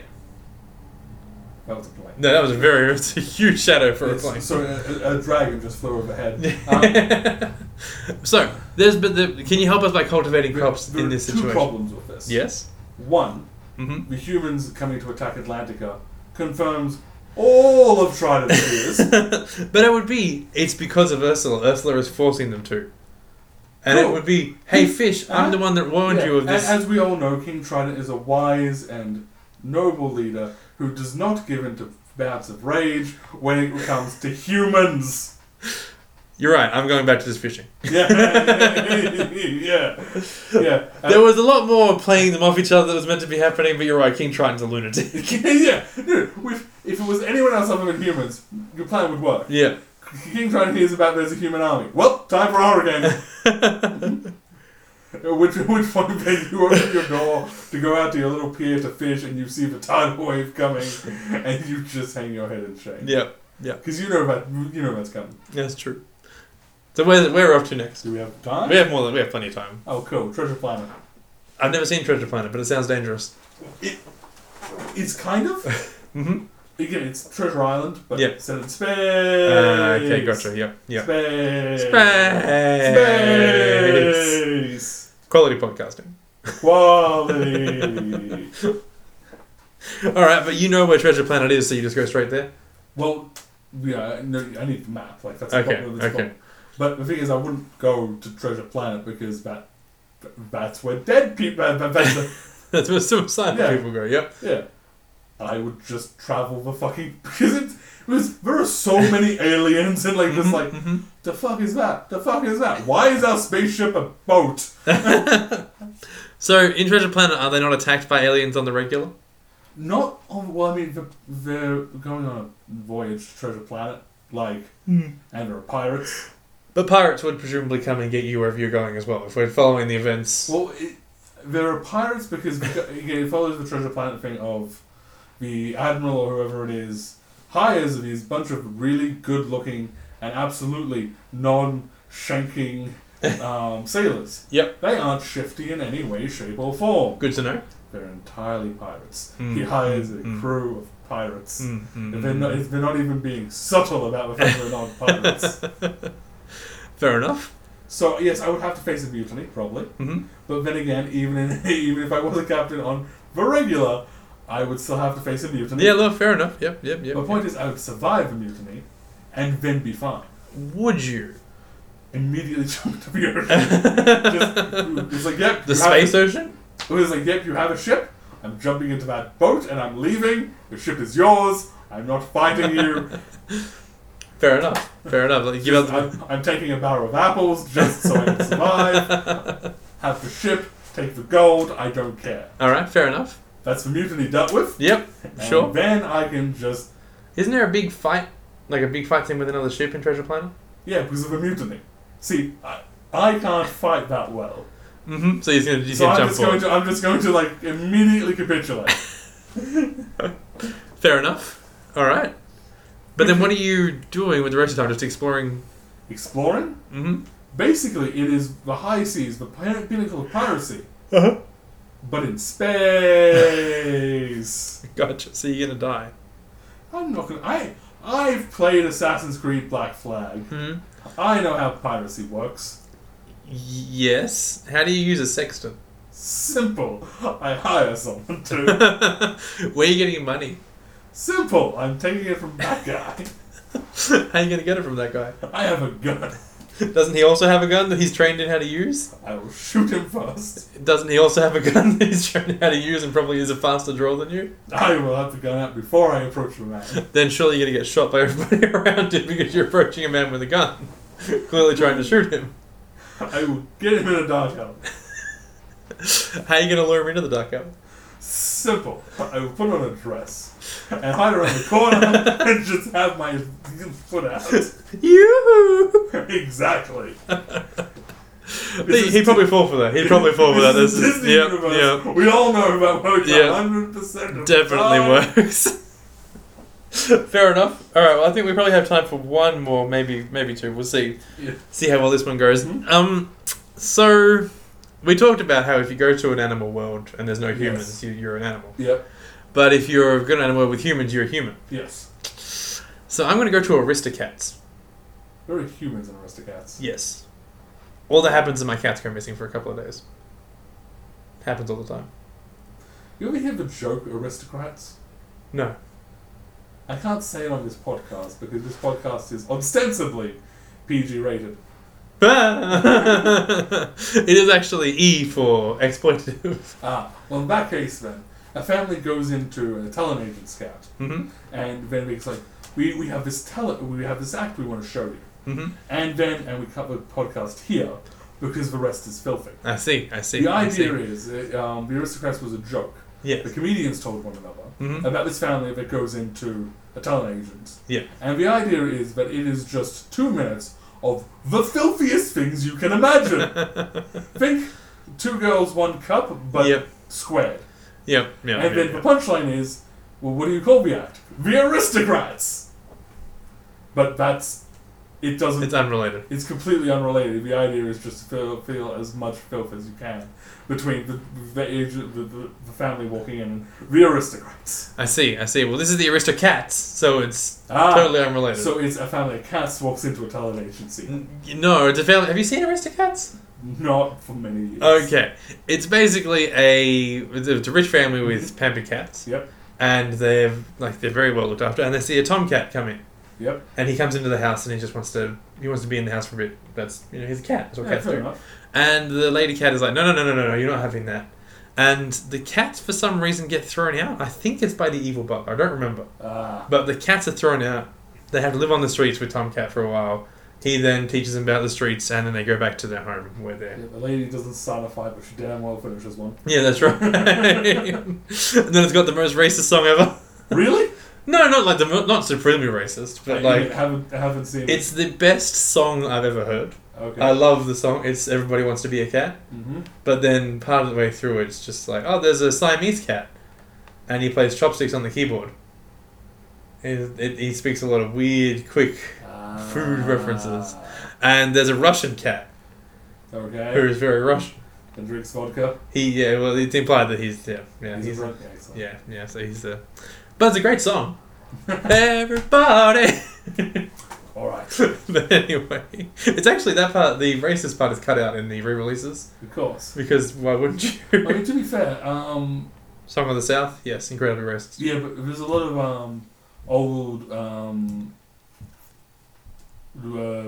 [SPEAKER 2] That was a plane.
[SPEAKER 1] No, that was a very it's a huge shadow for a
[SPEAKER 2] It's-
[SPEAKER 1] plane.
[SPEAKER 2] Sorry, a, a- a dragon just flew overhead. Um,
[SPEAKER 1] so there's but the, can you help us by cultivating crops
[SPEAKER 2] there
[SPEAKER 1] in
[SPEAKER 2] are
[SPEAKER 1] this
[SPEAKER 2] two
[SPEAKER 1] situation?
[SPEAKER 2] problems with this.
[SPEAKER 1] Yes.
[SPEAKER 2] One,
[SPEAKER 1] Mm-hmm.
[SPEAKER 2] the humans coming to attack Atlantica confirms all of Trident's fears.
[SPEAKER 1] but it would be it's because of Ursula. Ursula is forcing them to. And
[SPEAKER 2] Cool. Hmm?
[SPEAKER 1] it would be, hey fish, I'm the one that warned
[SPEAKER 2] Yeah,
[SPEAKER 1] you of
[SPEAKER 2] a-
[SPEAKER 1] this.
[SPEAKER 2] As we all know, King Trident is a wise and noble leader who does not give in to bouts of rage when it comes to humans.
[SPEAKER 1] You're right. I'm going back to this fishing.
[SPEAKER 2] Yeah, yeah, yeah. Uh,
[SPEAKER 1] There was a lot more playing them off each other that was meant to be happening, but you're right. King Triton's a lunatic.
[SPEAKER 2] yeah, dude. With, if it was anyone else other than humans, your plan would work.
[SPEAKER 1] yeah.
[SPEAKER 2] King Trident hears about there's a human army. Well, time for our game. Which which one of them you open your door to go out to your little pier to fish and you see the tidal wave coming and you just hang your head in shame.
[SPEAKER 1] Yeah.
[SPEAKER 2] Because you know about you know what's coming.
[SPEAKER 1] That's true. So where where are we off to next?
[SPEAKER 2] Do we have time?
[SPEAKER 1] We have more than we have plenty of time.
[SPEAKER 2] Oh, cool. Treasure Planet.
[SPEAKER 1] I've never seen Treasure Planet, but it sounds dangerous.
[SPEAKER 2] It's kind of
[SPEAKER 1] Mm-hmm.
[SPEAKER 2] again, it's Treasure Island, but
[SPEAKER 1] Yeah.
[SPEAKER 2] set in space.
[SPEAKER 1] Uh, okay, gotcha. Yep, yep.
[SPEAKER 2] Space.
[SPEAKER 1] Space.
[SPEAKER 2] Space.
[SPEAKER 1] Quality podcasting.
[SPEAKER 2] Quality.
[SPEAKER 1] All right, but you know where Treasure Planet is, so you just go straight there.
[SPEAKER 2] well, yeah. No, I need the map. Like that's the
[SPEAKER 1] Okay,
[SPEAKER 2] problem. with this
[SPEAKER 1] okay.
[SPEAKER 2] problem. But the thing is, I wouldn't go to Treasure Planet because that that's where dead people. that- that- That's the-
[SPEAKER 1] That's where suicidal
[SPEAKER 2] Yeah.
[SPEAKER 1] people go. Yep.
[SPEAKER 2] yeah. I would just travel the fucking because it's, because there are so many aliens and like this like
[SPEAKER 1] Mhm.
[SPEAKER 2] the fuck is that? The fuck is that? Why is our spaceship a boat?
[SPEAKER 1] So in Treasure Planet, are they not attacked by aliens on the regular?
[SPEAKER 2] Not on. Well, I mean, they're, they're going on a voyage to Treasure Planet, like, and there are pirates.
[SPEAKER 1] But pirates would presumably come and get you wherever you're going as well. If we're following the events,
[SPEAKER 2] Well, it, there are pirates because again, it follows the Treasure Planet thing of the admiral or whoever it is hires these bunch of really good-looking and absolutely non-shanking um, sailors.
[SPEAKER 1] Yep.
[SPEAKER 2] They aren't shifty in any way, shape, or form.
[SPEAKER 1] good to know.
[SPEAKER 2] They're entirely pirates. He
[SPEAKER 1] Mm,
[SPEAKER 2] hires a
[SPEAKER 1] mm, mm.
[SPEAKER 2] crew of pirates.
[SPEAKER 1] Mm-hmm.
[SPEAKER 2] If they're, not, if they're not even being subtle about the fact they're not pirates.
[SPEAKER 1] Fair enough.
[SPEAKER 2] so yes, I would have to face a mutiny probably.
[SPEAKER 1] Mm-hmm.
[SPEAKER 2] But then again, even in, even if I was a captain on the regular, I would still have to face a mutiny.
[SPEAKER 1] Yeah, look, fair enough. Yep, yep, yep.
[SPEAKER 2] My point is, I would survive the mutiny, and then be fine.
[SPEAKER 1] Would you?
[SPEAKER 2] Immediately jump to the earth.
[SPEAKER 1] the
[SPEAKER 2] Just, it's like yep, you have-
[SPEAKER 1] space ocean?
[SPEAKER 2] It was like yep, you have a ship. I'm jumping into that boat, and I'm leaving. The ship is yours. I'm not fighting you.
[SPEAKER 1] Fair enough. Fair enough. Like, give up the-
[SPEAKER 2] I'm, I'm taking a barrel of apples just so I can survive. Have the ship, take the gold, I don't care.
[SPEAKER 1] All right, fair enough.
[SPEAKER 2] That's the mutiny dealt with.
[SPEAKER 1] Yep, sure.
[SPEAKER 2] And then I can just.
[SPEAKER 1] Isn't there a big fight, like a big fight scene with another ship in Treasure Planet?
[SPEAKER 2] Yeah, because of a mutiny. See, I, I can't fight that well.
[SPEAKER 1] Mm-hmm. So he's gonna, he's
[SPEAKER 2] So
[SPEAKER 1] gonna
[SPEAKER 2] I'm
[SPEAKER 1] jump
[SPEAKER 2] just, going
[SPEAKER 1] forward.
[SPEAKER 2] to, I'm just going to, like, immediately capitulate.
[SPEAKER 1] Fair enough. All right. But then, what are you doing with the rest of the time? Just exploring.
[SPEAKER 2] Exploring?
[SPEAKER 1] Mm-hmm.
[SPEAKER 2] Basically, it is the high seas, the pin- pinnacle of piracy,
[SPEAKER 1] Uh-huh.
[SPEAKER 2] but in space.
[SPEAKER 1] Gotcha. So you're gonna die.
[SPEAKER 2] I'm not gonna. I I've played Assassin's Creed Black Flag.
[SPEAKER 1] Hmm.
[SPEAKER 2] I know how piracy works.
[SPEAKER 1] Yes. How do you use a sextant?
[SPEAKER 2] Simple. I hire someone to.
[SPEAKER 1] Where are you getting your money?
[SPEAKER 2] Simple. I'm taking it from that guy.
[SPEAKER 1] How are you gonna get it from that guy?
[SPEAKER 2] I have a gun.
[SPEAKER 1] Doesn't he also have a gun that he's trained in how to use?
[SPEAKER 2] I will shoot him first.
[SPEAKER 1] Doesn't he also have a gun that he's trying how to use and probably is a faster draw than you?
[SPEAKER 2] I will have the gun out before I approach the man.
[SPEAKER 1] Then surely you're going to get shot by everybody around him because you're approaching a man with a gun, clearly trying to shoot him.
[SPEAKER 2] I will get him in a dark alley.
[SPEAKER 1] How are you going to lure him into the dark alley?
[SPEAKER 2] Simple. I will put on a dress and hide around the corner and just have my foot out.
[SPEAKER 1] you.
[SPEAKER 2] exactly.
[SPEAKER 1] He, he'd probably fall for that. He'd probably fall for that. This is
[SPEAKER 2] Disney
[SPEAKER 1] yep,
[SPEAKER 2] universe.
[SPEAKER 1] yep.
[SPEAKER 2] We all know about Mojo.
[SPEAKER 1] Yeah.
[SPEAKER 2] 100% of the
[SPEAKER 1] Definitely
[SPEAKER 2] time.
[SPEAKER 1] works. Um, Fair enough. All right. Well, I think we probably have time for one more, maybe maybe two. We'll see.
[SPEAKER 2] Yeah.
[SPEAKER 1] see how well this one goes.
[SPEAKER 2] Mhm.
[SPEAKER 1] Um, so we talked about how if you go to an animal world and there's no
[SPEAKER 2] Yes.
[SPEAKER 1] humans, you, you're an animal.
[SPEAKER 2] Yep.
[SPEAKER 1] But if you're going to an animal with humans, you're a human.
[SPEAKER 2] Yes.
[SPEAKER 1] So I'm going to go to Aristocats.
[SPEAKER 2] There are humans in Aristocats.
[SPEAKER 1] Yes. All that happens is my cats go missing for a couple of days. Happens all the time.
[SPEAKER 2] You ever hear the joke aristocrats?
[SPEAKER 1] No.
[SPEAKER 2] I can't say it on this podcast because this podcast is ostensibly PG rated.
[SPEAKER 1] it is actually E for exploitative.
[SPEAKER 2] Ah, well, in that case, then, a family goes into a talent agent scout,
[SPEAKER 1] hmm
[SPEAKER 2] and Benedict's like, we, we have this tele- we have this act we want to show you.
[SPEAKER 1] hmm
[SPEAKER 2] And then, and we cut the podcast here because the rest is filthy.
[SPEAKER 1] I see. I see.
[SPEAKER 2] The
[SPEAKER 1] I
[SPEAKER 2] idea
[SPEAKER 1] see.
[SPEAKER 2] is, uh, um, the aristocrats was a joke.
[SPEAKER 1] Yes.
[SPEAKER 2] The comedians told one another
[SPEAKER 1] Mhm.
[SPEAKER 2] about this family that goes into a talent agent.
[SPEAKER 1] Yeah.
[SPEAKER 2] And the idea is that it is just two minutes of the filthiest things you can imagine. Think two girls, one cup, but
[SPEAKER 1] Yep.
[SPEAKER 2] squared.
[SPEAKER 1] Yep. Yeah.
[SPEAKER 2] and then the punchline is, well, what do you call the act? The aristocrats! But that's. It doesn't.
[SPEAKER 1] It's
[SPEAKER 2] It's,
[SPEAKER 1] unrelated.
[SPEAKER 2] completely unrelated. The idea is just to feel, feel as much filth as you can between the, the, age, the, the, the family walking in and the aristocrats.
[SPEAKER 1] I see, I see. Well, this is the Aristocats, so it's
[SPEAKER 2] Ah!
[SPEAKER 1] totally unrelated. Mm,
[SPEAKER 2] So it's a family of cats walks into a talent agency.
[SPEAKER 1] N- no, it's a family. Have you seen Aristocats?
[SPEAKER 2] Not for many years.
[SPEAKER 1] Okay, it's basically a it's a it's a rich family with pampered cats,
[SPEAKER 2] Mm-hmm. Yep.
[SPEAKER 1] and they're like they're very well looked after, and they see a tomcat come in,
[SPEAKER 2] Yep.
[SPEAKER 1] and he comes into the house, and he just wants to he wants to be in the house for a bit. That's you know he's a cat. That's what
[SPEAKER 2] Yeah,
[SPEAKER 1] cats
[SPEAKER 2] fair
[SPEAKER 1] do.
[SPEAKER 2] enough.
[SPEAKER 1] And the lady cat is like, no, no, no, no, no, no, you're not having that. And the cats, for some reason, get thrown out. I think it's by the evil butler. I don't remember.
[SPEAKER 2] Ah.
[SPEAKER 1] But the cats are thrown out. They have to live on the streets with Tomcat for a while. He then teaches them about the streets, and then they go back to their home where they're.
[SPEAKER 2] Yeah, the lady doesn't start a fight, but she damn well finishes one.
[SPEAKER 1] Yeah, that's right. and then it's got the most racist song ever.
[SPEAKER 2] Really?
[SPEAKER 1] No, not like the mo- not supremely racist, but like
[SPEAKER 2] haven't haven't seen it.
[SPEAKER 1] it's the best song I've ever heard.
[SPEAKER 2] Okay.
[SPEAKER 1] I love the song. It's everybody wants to be a cat,
[SPEAKER 2] mm-hmm.
[SPEAKER 1] but then part of the way through, it's just like, oh, there's a Siamese cat, and he plays chopsticks on the keyboard. It, it, he speaks a lot of weird, quick Food references. And there's a Russian cat who
[SPEAKER 2] Ah, Okay.
[SPEAKER 1] is very Russian.
[SPEAKER 2] And drinks vodka.
[SPEAKER 1] He yeah, well, it's implied that he's yeah, yeah,
[SPEAKER 2] he's,
[SPEAKER 1] he's,
[SPEAKER 2] a redneck. So.
[SPEAKER 1] yeah, yeah. So he's uh, but it's a great song. Everybody.
[SPEAKER 2] All right.
[SPEAKER 1] but anyway, it's actually that part. The racist part is cut out in the re-releases
[SPEAKER 2] Of course.
[SPEAKER 1] because why wouldn't
[SPEAKER 2] I
[SPEAKER 1] you?
[SPEAKER 2] mean, to be fair, um,
[SPEAKER 1] song of the South, yes, incredibly racist.
[SPEAKER 2] yeah, but there's a lot of um, old um, uh, uh,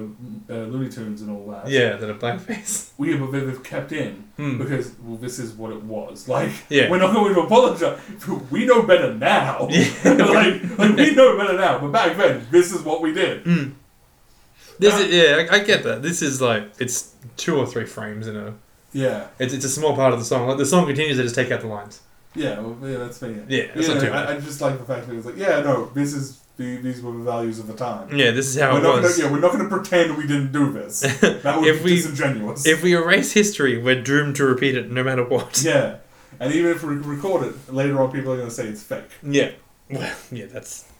[SPEAKER 2] Looney Tunes and all that.
[SPEAKER 1] Yeah, that a blackface.
[SPEAKER 2] We have, they've kept in
[SPEAKER 1] Hmm.
[SPEAKER 2] because well, this is what it was. Like,
[SPEAKER 1] Yeah.
[SPEAKER 2] we're not going to apologize. We know better now.
[SPEAKER 1] Yeah.
[SPEAKER 2] like, like, we know better now. But back then, this is what we did.
[SPEAKER 1] Mm. This is, yeah, I, I get that. This is like it's two or three frames in a.
[SPEAKER 2] Yeah.
[SPEAKER 1] It's, it's a small part of the song. Like the song continues, they just take out the lines.
[SPEAKER 2] Yeah, well, yeah, that's me.
[SPEAKER 1] Yeah, that's not too bad.
[SPEAKER 2] I, I just like the fact that it's like, yeah, no, this is the, these were the values of the time.
[SPEAKER 1] Yeah, this is Mm, how
[SPEAKER 2] we're
[SPEAKER 1] it
[SPEAKER 2] not
[SPEAKER 1] was.
[SPEAKER 2] Gonna, yeah, we're not going to pretend we didn't do this. That would
[SPEAKER 1] If
[SPEAKER 2] be
[SPEAKER 1] we-
[SPEAKER 2] disingenuous.
[SPEAKER 1] If we erase history, we're doomed to repeat it no matter what.
[SPEAKER 2] yeah, and even if we record it later on, people are going to say it's fake.
[SPEAKER 1] Yeah. Well, yeah, that's.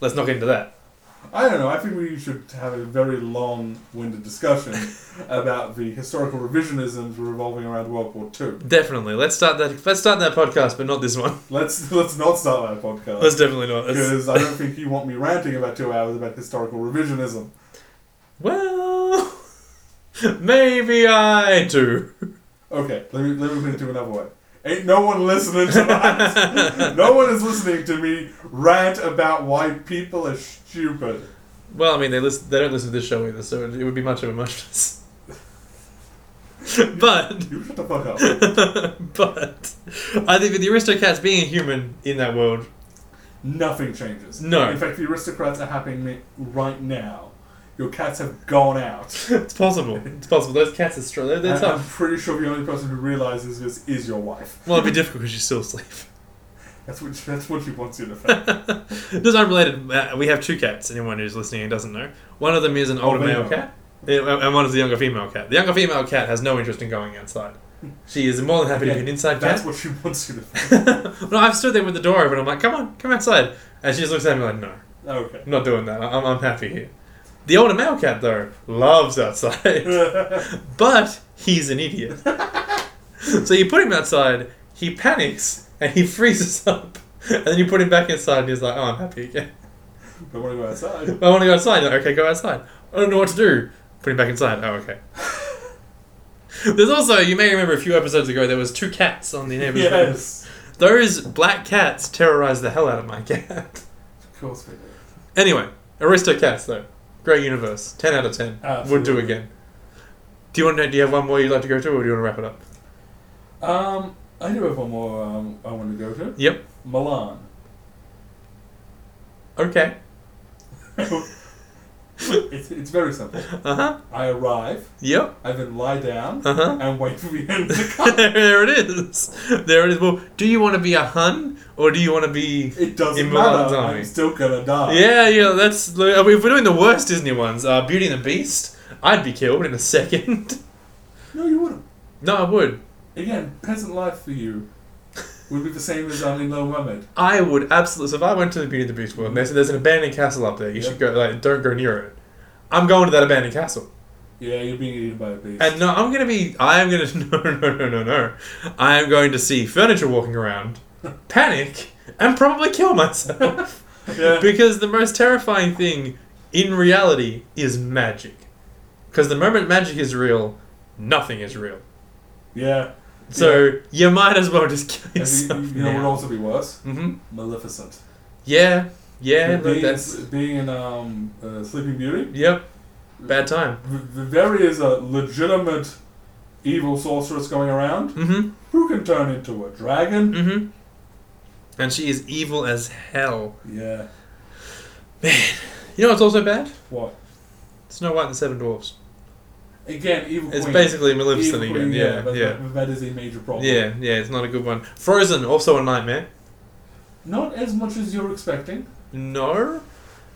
[SPEAKER 1] Let's not get into that.
[SPEAKER 2] I don't know. I think we should have a very long-winded discussion about the historical revisionisms revolving around World War II.
[SPEAKER 1] Definitely. Let's start that. Let's start that podcast, but not this one.
[SPEAKER 2] Let's let's not start that podcast.
[SPEAKER 1] Let's definitely not. That's-
[SPEAKER 2] because I don't think you want me ranting about two hours about historical revisionism.
[SPEAKER 1] well, maybe I do.
[SPEAKER 2] Okay, let me let me put it to another way. Ain't no one listening to that. no one is listening to me rant about why people are stupid.
[SPEAKER 1] Well, I mean, they listen. They don't listen to this show either, so it, it would be much of a muchness. but,
[SPEAKER 2] You shut the fuck up.
[SPEAKER 1] but, I think with the Aristocats being a human in that world,
[SPEAKER 2] Nothing changes.
[SPEAKER 1] No.
[SPEAKER 2] In fact, the aristocrats are happening right now. your cats have gone out.
[SPEAKER 1] It's possible. It's possible. Those cats are strong. They're, they're
[SPEAKER 2] And I'm
[SPEAKER 1] tough.
[SPEAKER 2] pretty sure the only person who realizes this is your wife.
[SPEAKER 1] Well, it'd be difficult because she's still asleep.
[SPEAKER 2] That's what that's what she wants you to think.
[SPEAKER 1] Just unrelated. Uh, we have two cats. Anyone who's listening and doesn't know, one of them is an
[SPEAKER 2] Oh,
[SPEAKER 1] older
[SPEAKER 2] they
[SPEAKER 1] male
[SPEAKER 2] know.
[SPEAKER 1] cat, yeah, and one is the younger female cat. The younger female cat has no interest in going outside. She is more than happy to be an inside
[SPEAKER 2] That's
[SPEAKER 1] cat.
[SPEAKER 2] what she wants you to think.
[SPEAKER 1] no, I've stood there with the door open. I'm like, come on, come outside, and she just looks at me like, no,
[SPEAKER 2] Okay.
[SPEAKER 1] I'm not doing that. I'm, I'm happy here. The older male cat though loves outside. But he's an idiot. so you put him outside, he panics, and he freezes up. And then you put him back inside, and he's like, oh, I'm happy again.
[SPEAKER 2] Don't want to go outside.
[SPEAKER 1] I want to go outside. Like, okay, go outside. I don't know what to do. Put him back inside. Oh, okay. There's also, you may remember a few episodes ago, there was two cats on the neighbor's yes.
[SPEAKER 2] Yes.
[SPEAKER 1] Those black cats terrorized the hell out of my cat.
[SPEAKER 2] Of course we do.
[SPEAKER 1] anyway, Aristo Cats, though. Great universe. 10 out of 10. Would do
[SPEAKER 2] Absolutely.
[SPEAKER 1] again. Do you want to, do you have one more you'd like to go to, or do you want to wrap it up?
[SPEAKER 2] Um, I do have one more um, I want to go to.
[SPEAKER 1] Yep.
[SPEAKER 2] Milan.
[SPEAKER 1] Okay.
[SPEAKER 2] it's, it's very simple.
[SPEAKER 1] Uh huh.
[SPEAKER 2] I arrive,
[SPEAKER 1] Yep.
[SPEAKER 2] I then lie down,
[SPEAKER 1] Uh huh.
[SPEAKER 2] and wait for the end to come.
[SPEAKER 1] there it is. There it is. Well, do you want to be a Hun or do you want to be?
[SPEAKER 2] It doesn't
[SPEAKER 1] In Milan's
[SPEAKER 2] matter.
[SPEAKER 1] army.
[SPEAKER 2] I'm still gonna die.
[SPEAKER 1] Yeah, yeah. That's I mean, if we're doing the worst Disney ones. Uh, Beauty and the Beast. I'd be killed in a second.
[SPEAKER 2] No, you wouldn't.
[SPEAKER 1] no, I would.
[SPEAKER 2] Again, peasant life for you would be the same as um, in Little Mermaid.
[SPEAKER 1] I would absolutely. So if I went to the Beauty and the Beast world, and they said there's an abandoned castle up there. You should go. Like, don't go near it. I'm going to that abandoned castle,
[SPEAKER 2] Yeah, you're being eaten by a beast.
[SPEAKER 1] and no, I'm gonna be. I am gonna. No, no, no, no, no. I am going to see furniture walking around, panic, and probably kill myself.
[SPEAKER 2] yeah.
[SPEAKER 1] Because the most terrifying thing in reality is magic. Because the moment magic is real, nothing is real.
[SPEAKER 2] yeah.
[SPEAKER 1] So you might as well just kill
[SPEAKER 2] And you,
[SPEAKER 1] yourself.
[SPEAKER 2] you know what would also be worse?
[SPEAKER 1] hmm
[SPEAKER 2] Maleficent.
[SPEAKER 1] Yeah, yeah, look,
[SPEAKER 2] being,
[SPEAKER 1] that's.
[SPEAKER 2] being in um, uh, Sleeping Beauty,
[SPEAKER 1] Yep, bad time.
[SPEAKER 2] v- v- there is a uh, legitimate evil sorceress going around
[SPEAKER 1] Mm
[SPEAKER 2] who can turn into a
[SPEAKER 1] hmm,
[SPEAKER 2] dragon.
[SPEAKER 1] mm hmm. mm-hmm. And she is evil as hell.
[SPEAKER 2] Yeah.
[SPEAKER 1] You know what's also bad?
[SPEAKER 2] What?
[SPEAKER 1] Snow White and the Seven Dwarfs.
[SPEAKER 2] Again, evil
[SPEAKER 1] It's
[SPEAKER 2] queen.
[SPEAKER 1] basically Maleficent
[SPEAKER 2] evil
[SPEAKER 1] again.
[SPEAKER 2] queen,
[SPEAKER 1] Yeah,
[SPEAKER 2] but
[SPEAKER 1] yeah.
[SPEAKER 2] That, that is a major problem.
[SPEAKER 1] Yeah, yeah, it's not a good one. Frozen, also a nightmare.
[SPEAKER 2] Not as much as you're expecting.
[SPEAKER 1] No?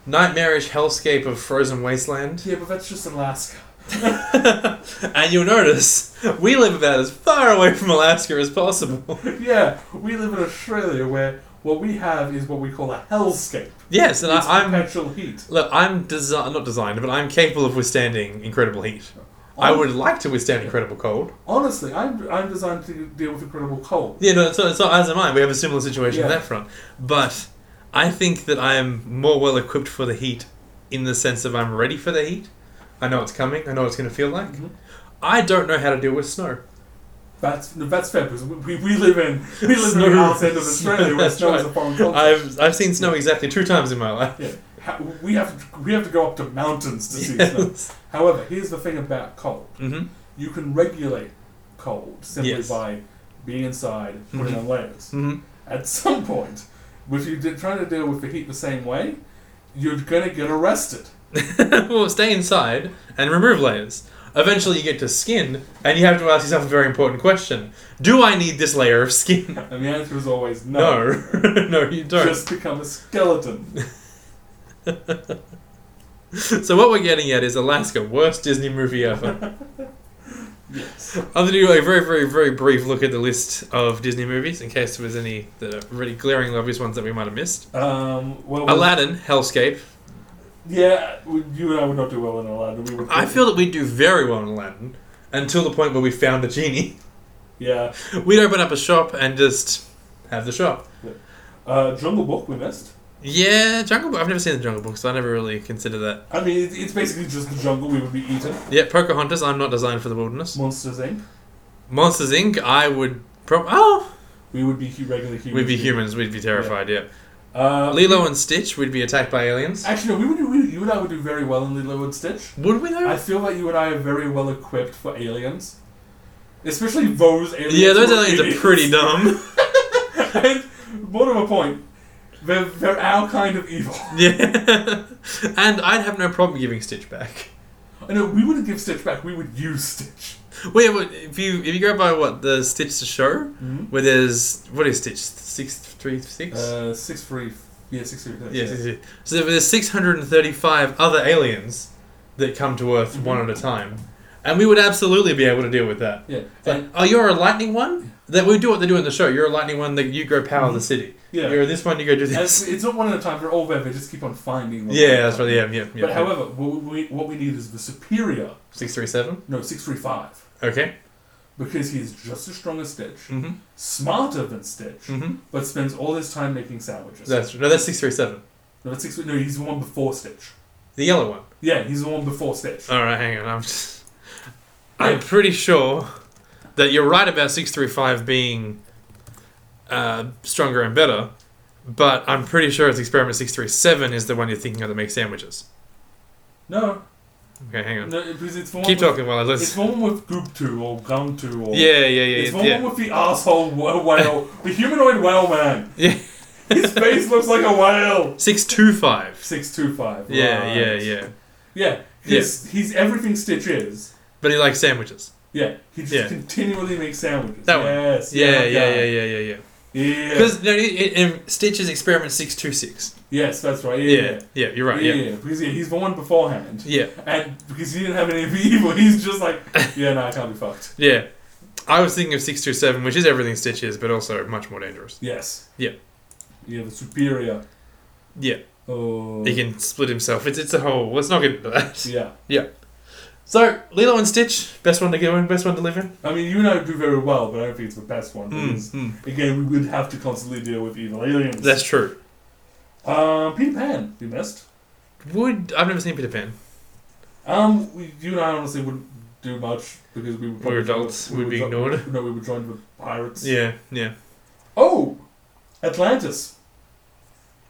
[SPEAKER 1] Nightmarish hellscape of frozen wasteland.
[SPEAKER 2] Yeah, but that's just Alaska.
[SPEAKER 1] and you'll notice we live about as far away from Alaska as possible.
[SPEAKER 2] yeah, we live in Australia where what we have is what we call a hellscape.
[SPEAKER 1] Yes, and
[SPEAKER 2] it's
[SPEAKER 1] I, I'm
[SPEAKER 2] perpetual heat.
[SPEAKER 1] look, I'm desi- not designed, but I'm capable of withstanding incredible heat. I
[SPEAKER 2] Hon-
[SPEAKER 1] would like to withstand incredible cold.
[SPEAKER 2] Honestly, I'm, I'm designed to deal with incredible cold.
[SPEAKER 1] Yeah, no, so, so as am I. We have a similar situation on
[SPEAKER 2] Yeah.
[SPEAKER 1] that front, but I think that I am more well equipped for the heat, in the sense of I'm ready for the heat. I know it's coming. I know what it's going to feel like.
[SPEAKER 2] Mhm.
[SPEAKER 1] I don't know how to deal with snow.
[SPEAKER 2] That's no, that's fair because we, we, we live in we live
[SPEAKER 1] Snow-
[SPEAKER 2] in the south end of Australia where
[SPEAKER 1] That's
[SPEAKER 2] snow is
[SPEAKER 1] right.
[SPEAKER 2] a foreign culture.
[SPEAKER 1] I've I've seen snow exactly two times in my life.
[SPEAKER 2] yeah. Ha- we have to, we have to go up to mountains to see snow.
[SPEAKER 1] Yes.
[SPEAKER 2] However, here's the thing about cold:
[SPEAKER 1] hmm
[SPEAKER 2] you can regulate cold simply
[SPEAKER 1] Yes.
[SPEAKER 2] by being inside, putting
[SPEAKER 1] Mhm.
[SPEAKER 2] on layers.
[SPEAKER 1] hmm
[SPEAKER 2] At some point, if you did, trying to deal with the heat the same way, you're gonna get arrested.
[SPEAKER 1] Mm-hmm. well, stay inside and remove layers. Eventually, you get to skin, and you have to ask yourself a very important question: Do I need this layer of skin?
[SPEAKER 2] And the answer is always no.
[SPEAKER 1] No, no, you don't.
[SPEAKER 2] Just become a skeleton.
[SPEAKER 1] So what we're getting at is Alaska, worst Disney movie ever.
[SPEAKER 2] yes.
[SPEAKER 1] I'm gonna do a very, very, very brief look at the list of Disney movies in case there was any that are really glaringly obvious ones that we might have missed.
[SPEAKER 2] Um, well,
[SPEAKER 1] Aladdin, Hellscape.
[SPEAKER 2] yeah, we- you and I would not do well in Aladdin. We would
[SPEAKER 1] I feel that we do very well in Aladdin until the point where we found a genie.
[SPEAKER 2] Yeah.
[SPEAKER 1] We'd open up a shop and just have the shop.
[SPEAKER 2] Uh, Jungle Book we missed.
[SPEAKER 1] Yeah, Jungle Book. I've never seen the Jungle Book, so I never really consider that.
[SPEAKER 2] I mean, it, it's basically just the jungle we would be eaten.
[SPEAKER 1] Yeah, Pocahontas. I'm not designed for the wilderness.
[SPEAKER 2] Monsters Inc.
[SPEAKER 1] Monsters Inc. I would. Pro- oh,
[SPEAKER 2] We would be hu- regular humans.
[SPEAKER 1] we'd be humans. We'd be terrified. Yeah.
[SPEAKER 2] Uh,
[SPEAKER 1] Lilo and Stitch. We'd be attacked by aliens.
[SPEAKER 2] Actually, no, we would do, we, you and I would do very well in Lilo and Stitch.
[SPEAKER 1] Would we
[SPEAKER 2] I
[SPEAKER 1] though?
[SPEAKER 2] feel like you and I are very well equipped for aliens. Especially those aliens.
[SPEAKER 1] Yeah, those
[SPEAKER 2] who
[SPEAKER 1] aliens are
[SPEAKER 2] idiots.
[SPEAKER 1] pretty dumb.
[SPEAKER 2] and more to a point, They're, they're our kind of evil.
[SPEAKER 1] Yeah. and I'd have no problem giving Stitch back.
[SPEAKER 2] I know we wouldn't give Stitch back. We would use Stitch.
[SPEAKER 1] Wait, wait, if you if you go by what the Stitch to show,
[SPEAKER 2] Mhm.
[SPEAKER 1] where there's what is Stitch six three six.
[SPEAKER 2] Uh, six free. Yeah, six free.
[SPEAKER 1] Yes, yes, yes. So there- there's 635 other aliens that come to Earth
[SPEAKER 2] Mm-hmm.
[SPEAKER 1] one at a time, and we would absolutely be able to deal with that.
[SPEAKER 2] Yeah.
[SPEAKER 1] It's like,
[SPEAKER 2] And,
[SPEAKER 1] oh, you're a lightning one. That we do what they do in the show. You're a lightning one. That you go power the city.
[SPEAKER 2] Mm-hmm. yeah.
[SPEAKER 1] You're this one. You go do
[SPEAKER 2] And it's,
[SPEAKER 1] this.
[SPEAKER 2] it's not one at a time. They're all there. They just keep on finding. One
[SPEAKER 1] Yeah, that's right. Yeah, yeah, yeah.
[SPEAKER 2] But however, what we, what we need is the superior.
[SPEAKER 1] six three seven.
[SPEAKER 2] No, six free five.
[SPEAKER 1] Okay.
[SPEAKER 2] Because he is just as strong as Stitch,
[SPEAKER 1] Mhm.
[SPEAKER 2] smarter than Stitch,
[SPEAKER 1] Mhm.
[SPEAKER 2] but spends all his time making sandwiches.
[SPEAKER 1] That's no. That's six three seven.
[SPEAKER 2] No, that's six. No, he's the one before Stitch.
[SPEAKER 1] The yellow one.
[SPEAKER 2] Yeah, he's the one before Stitch.
[SPEAKER 1] All right, hang on. I'm just. I'm pretty sure that you're right about six three five being uh, stronger and better, but I'm pretty sure it's experiment six three seven is the one you're thinking of that makes sandwiches.
[SPEAKER 2] No,
[SPEAKER 1] Okay, hang on.
[SPEAKER 2] no, because it's the one.
[SPEAKER 1] Keep
[SPEAKER 2] with,
[SPEAKER 1] talking while I
[SPEAKER 2] It's
[SPEAKER 1] listen.
[SPEAKER 2] the one with Goop2 or Gum2 or.
[SPEAKER 1] Yeah, yeah, yeah,
[SPEAKER 2] It's the
[SPEAKER 1] yeah. yeah.
[SPEAKER 2] one with the asshole wh- whale, the humanoid whale man.
[SPEAKER 1] Yeah.
[SPEAKER 2] His face looks like a whale.
[SPEAKER 1] Six two five.
[SPEAKER 2] Six two five.
[SPEAKER 1] Yeah, yeah, yeah.
[SPEAKER 2] Yeah, he's he's everything Stitch is.
[SPEAKER 1] But he likes sandwiches.
[SPEAKER 2] Yeah, he just
[SPEAKER 1] Yeah.
[SPEAKER 2] continually makes sandwiches.
[SPEAKER 1] That one.
[SPEAKER 2] Yes.
[SPEAKER 1] Yeah, yeah, yeah,
[SPEAKER 2] okay.
[SPEAKER 1] yeah, yeah, yeah.
[SPEAKER 2] yeah.
[SPEAKER 1] Because no, it, it, it, Stitch is experiment six two six.
[SPEAKER 2] Yes, that's right. Yeah, yeah.
[SPEAKER 1] Yeah, yeah, you're right.
[SPEAKER 2] yeah,
[SPEAKER 1] Yeah,
[SPEAKER 2] Because yeah, he's the one beforehand,
[SPEAKER 1] yeah.
[SPEAKER 2] and because he didn't have any of the evil, he's just like, yeah, no, I can't be fucked.
[SPEAKER 1] Yeah. I was thinking of 627, which is everything Stitch is, but also much more dangerous.
[SPEAKER 2] Yes.
[SPEAKER 1] Yeah.
[SPEAKER 2] Yeah, the superior.
[SPEAKER 1] Yeah.
[SPEAKER 2] Oh.
[SPEAKER 1] He can split himself. It's it's a whole. Let's not get into that.
[SPEAKER 2] Yeah.
[SPEAKER 1] So, Lilo and Stitch, best one to go in, best one to live in.
[SPEAKER 2] I mean, you and I do very well, but I don't think it's the best one. because
[SPEAKER 1] Mm, mm.
[SPEAKER 2] Again, we would have to constantly deal with evil aliens.
[SPEAKER 1] That's true.
[SPEAKER 2] um, Peter Pan, we missed.
[SPEAKER 1] Would. I've never seen Peter Pan.
[SPEAKER 2] Um, we, you and I honestly wouldn't do much because we would
[SPEAKER 1] We're adults. We'd
[SPEAKER 2] would
[SPEAKER 1] be
[SPEAKER 2] jo-
[SPEAKER 1] ignored.
[SPEAKER 2] No, we would join the pirates.
[SPEAKER 1] Yeah, yeah.
[SPEAKER 2] Oh, Atlantis.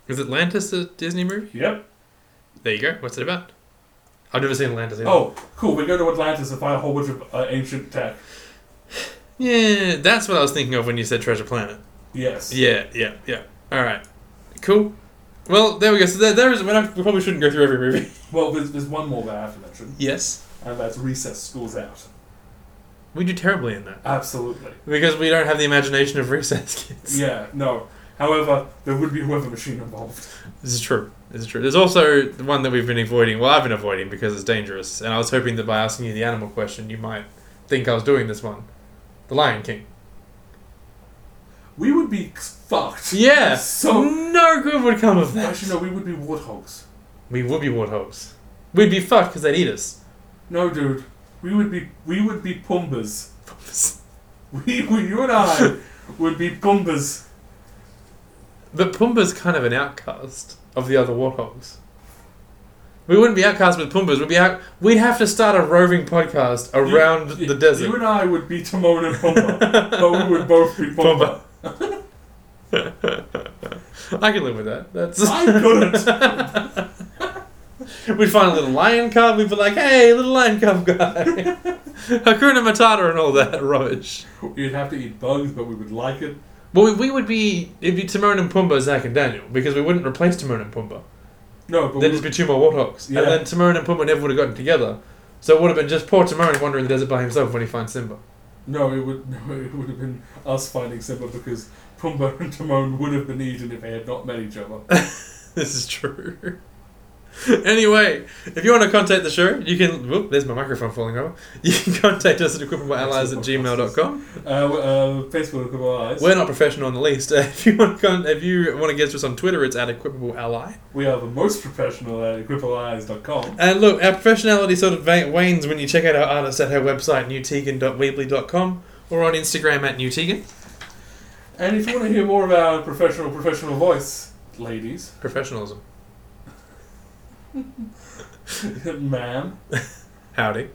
[SPEAKER 1] Is Atlantis a Disney movie?
[SPEAKER 2] Yep.
[SPEAKER 1] There you go. What's it about? I've never seen Atlantis either.
[SPEAKER 2] Oh, cool. We go to Atlantis and find a whole bunch of uh, ancient tech.
[SPEAKER 1] Yeah, that's what I was thinking of when you said Treasure Planet.
[SPEAKER 2] Yes.
[SPEAKER 1] Yeah, yeah, yeah. Alright. Cool. Well, there we go. So, there, there is. we're not- We probably shouldn't go through every movie.
[SPEAKER 2] Well, there's, there's one more that I have to mention,
[SPEAKER 1] Yes.
[SPEAKER 2] and that's recess. School's out.
[SPEAKER 1] We do terribly in that.
[SPEAKER 2] Absolutely.
[SPEAKER 1] Because we don't have the imagination of recess kids.
[SPEAKER 2] Yeah. No. However, there would be a weather machine involved.
[SPEAKER 1] This is true. This is true. There's also the one that we've been avoiding. Well, I've been avoiding because it's dangerous. And I was hoping that by asking you the animal question, you might think I was doing this one. The Lion King.
[SPEAKER 2] We would be fucked.
[SPEAKER 1] Yeah. So
[SPEAKER 2] So
[SPEAKER 1] no good would come of that.
[SPEAKER 2] actually, no. We would be warthogs.
[SPEAKER 1] We would be warthogs. We'd be fucked because they'd eat us.
[SPEAKER 2] No, dude. We would be we would be pumbas. We, we you and I would be pumbas.
[SPEAKER 1] But Pumbaa's kind of an outcast of the other warthogs. We wouldn't be outcast with Pumbaa's. We'd be out. We'd have to start a roving podcast
[SPEAKER 2] You-
[SPEAKER 1] around
[SPEAKER 2] you-
[SPEAKER 1] the desert.
[SPEAKER 2] You and I would be Timon and Pumbaa, but we would both be Pumba.
[SPEAKER 1] I can live with that. That's
[SPEAKER 2] I couldn't.
[SPEAKER 1] we'd find a little lion cub. We'd be like, "Hey, little lion cub guy, Hakuna Matata and all that rubbish."
[SPEAKER 2] You'd have to eat bugs, but we would like it.
[SPEAKER 1] Well, we, we would be it'd be Timon and Pumbaa, Zack and Daniel, because we wouldn't replace Timon and Pumbaa.
[SPEAKER 2] No, but we
[SPEAKER 1] There'd just
[SPEAKER 2] would,
[SPEAKER 1] be two more warthogs,
[SPEAKER 2] Yeah.
[SPEAKER 1] and then Timon and Pumbaa never would have gotten together. So it would have been just poor Timon wandering the desert by himself when he finds Simba.
[SPEAKER 2] no, it would no, it would have been us finding Simba because Pumbaa and Timon would have been eaten if they had not met each other.
[SPEAKER 1] This is true. anyway, if you want to contact the show, you can. Whoop, there's my microphone falling over. You can contact us at equipmentbyallies at gmail.com.
[SPEAKER 2] Uh, uh, Facebook look at our eyes.
[SPEAKER 1] We're not professional in the least. Uh, if you want to con- if you want to get to us on Twitter, it's at equipable ally.
[SPEAKER 2] We are the most professional at grippaleyes.com.
[SPEAKER 1] And look, our professionality sort of va- wanes when you check out our artist at her website, newtegan.weebly.com, or on Instagram at newtegan.
[SPEAKER 2] And if you want to hear more of our professional professional voice, ladies,
[SPEAKER 1] Professionalism.
[SPEAKER 2] ma'am,
[SPEAKER 1] Howdy.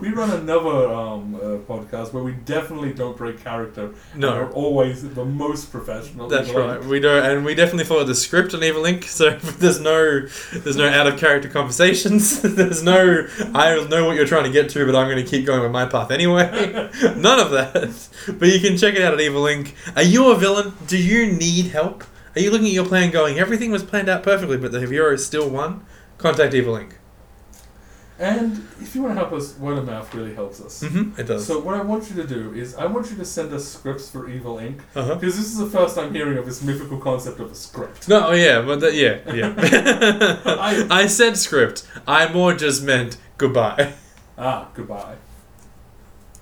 [SPEAKER 2] we run another um, uh, podcast where we definitely don't break character.
[SPEAKER 1] No.
[SPEAKER 2] we're always the most professional.
[SPEAKER 1] That's
[SPEAKER 2] Like,
[SPEAKER 1] right. We do, and we definitely follow the script on Evil Link. So there's no, there's no out of character conversations. there's no, I know what you're trying to get to, but I'm going to keep going with my path anyway. None of that. But you can check it out at Evil Link. Are you a villain? Do you need help? Are you looking at your plan going, everything was planned out perfectly, but the Hero still won? Contact Evil Inc.
[SPEAKER 2] And if you want to help us, word of mouth really helps us.
[SPEAKER 1] hmm It does.
[SPEAKER 2] So what I want you to do is I want you to send us scripts for Evil Inc.
[SPEAKER 1] uh-huh.
[SPEAKER 2] Because this is the first I'm hearing of this mythical concept of a script.
[SPEAKER 1] No, oh, yeah, but that, yeah, yeah. I, said script. I more just meant goodbye.
[SPEAKER 2] Ah, goodbye.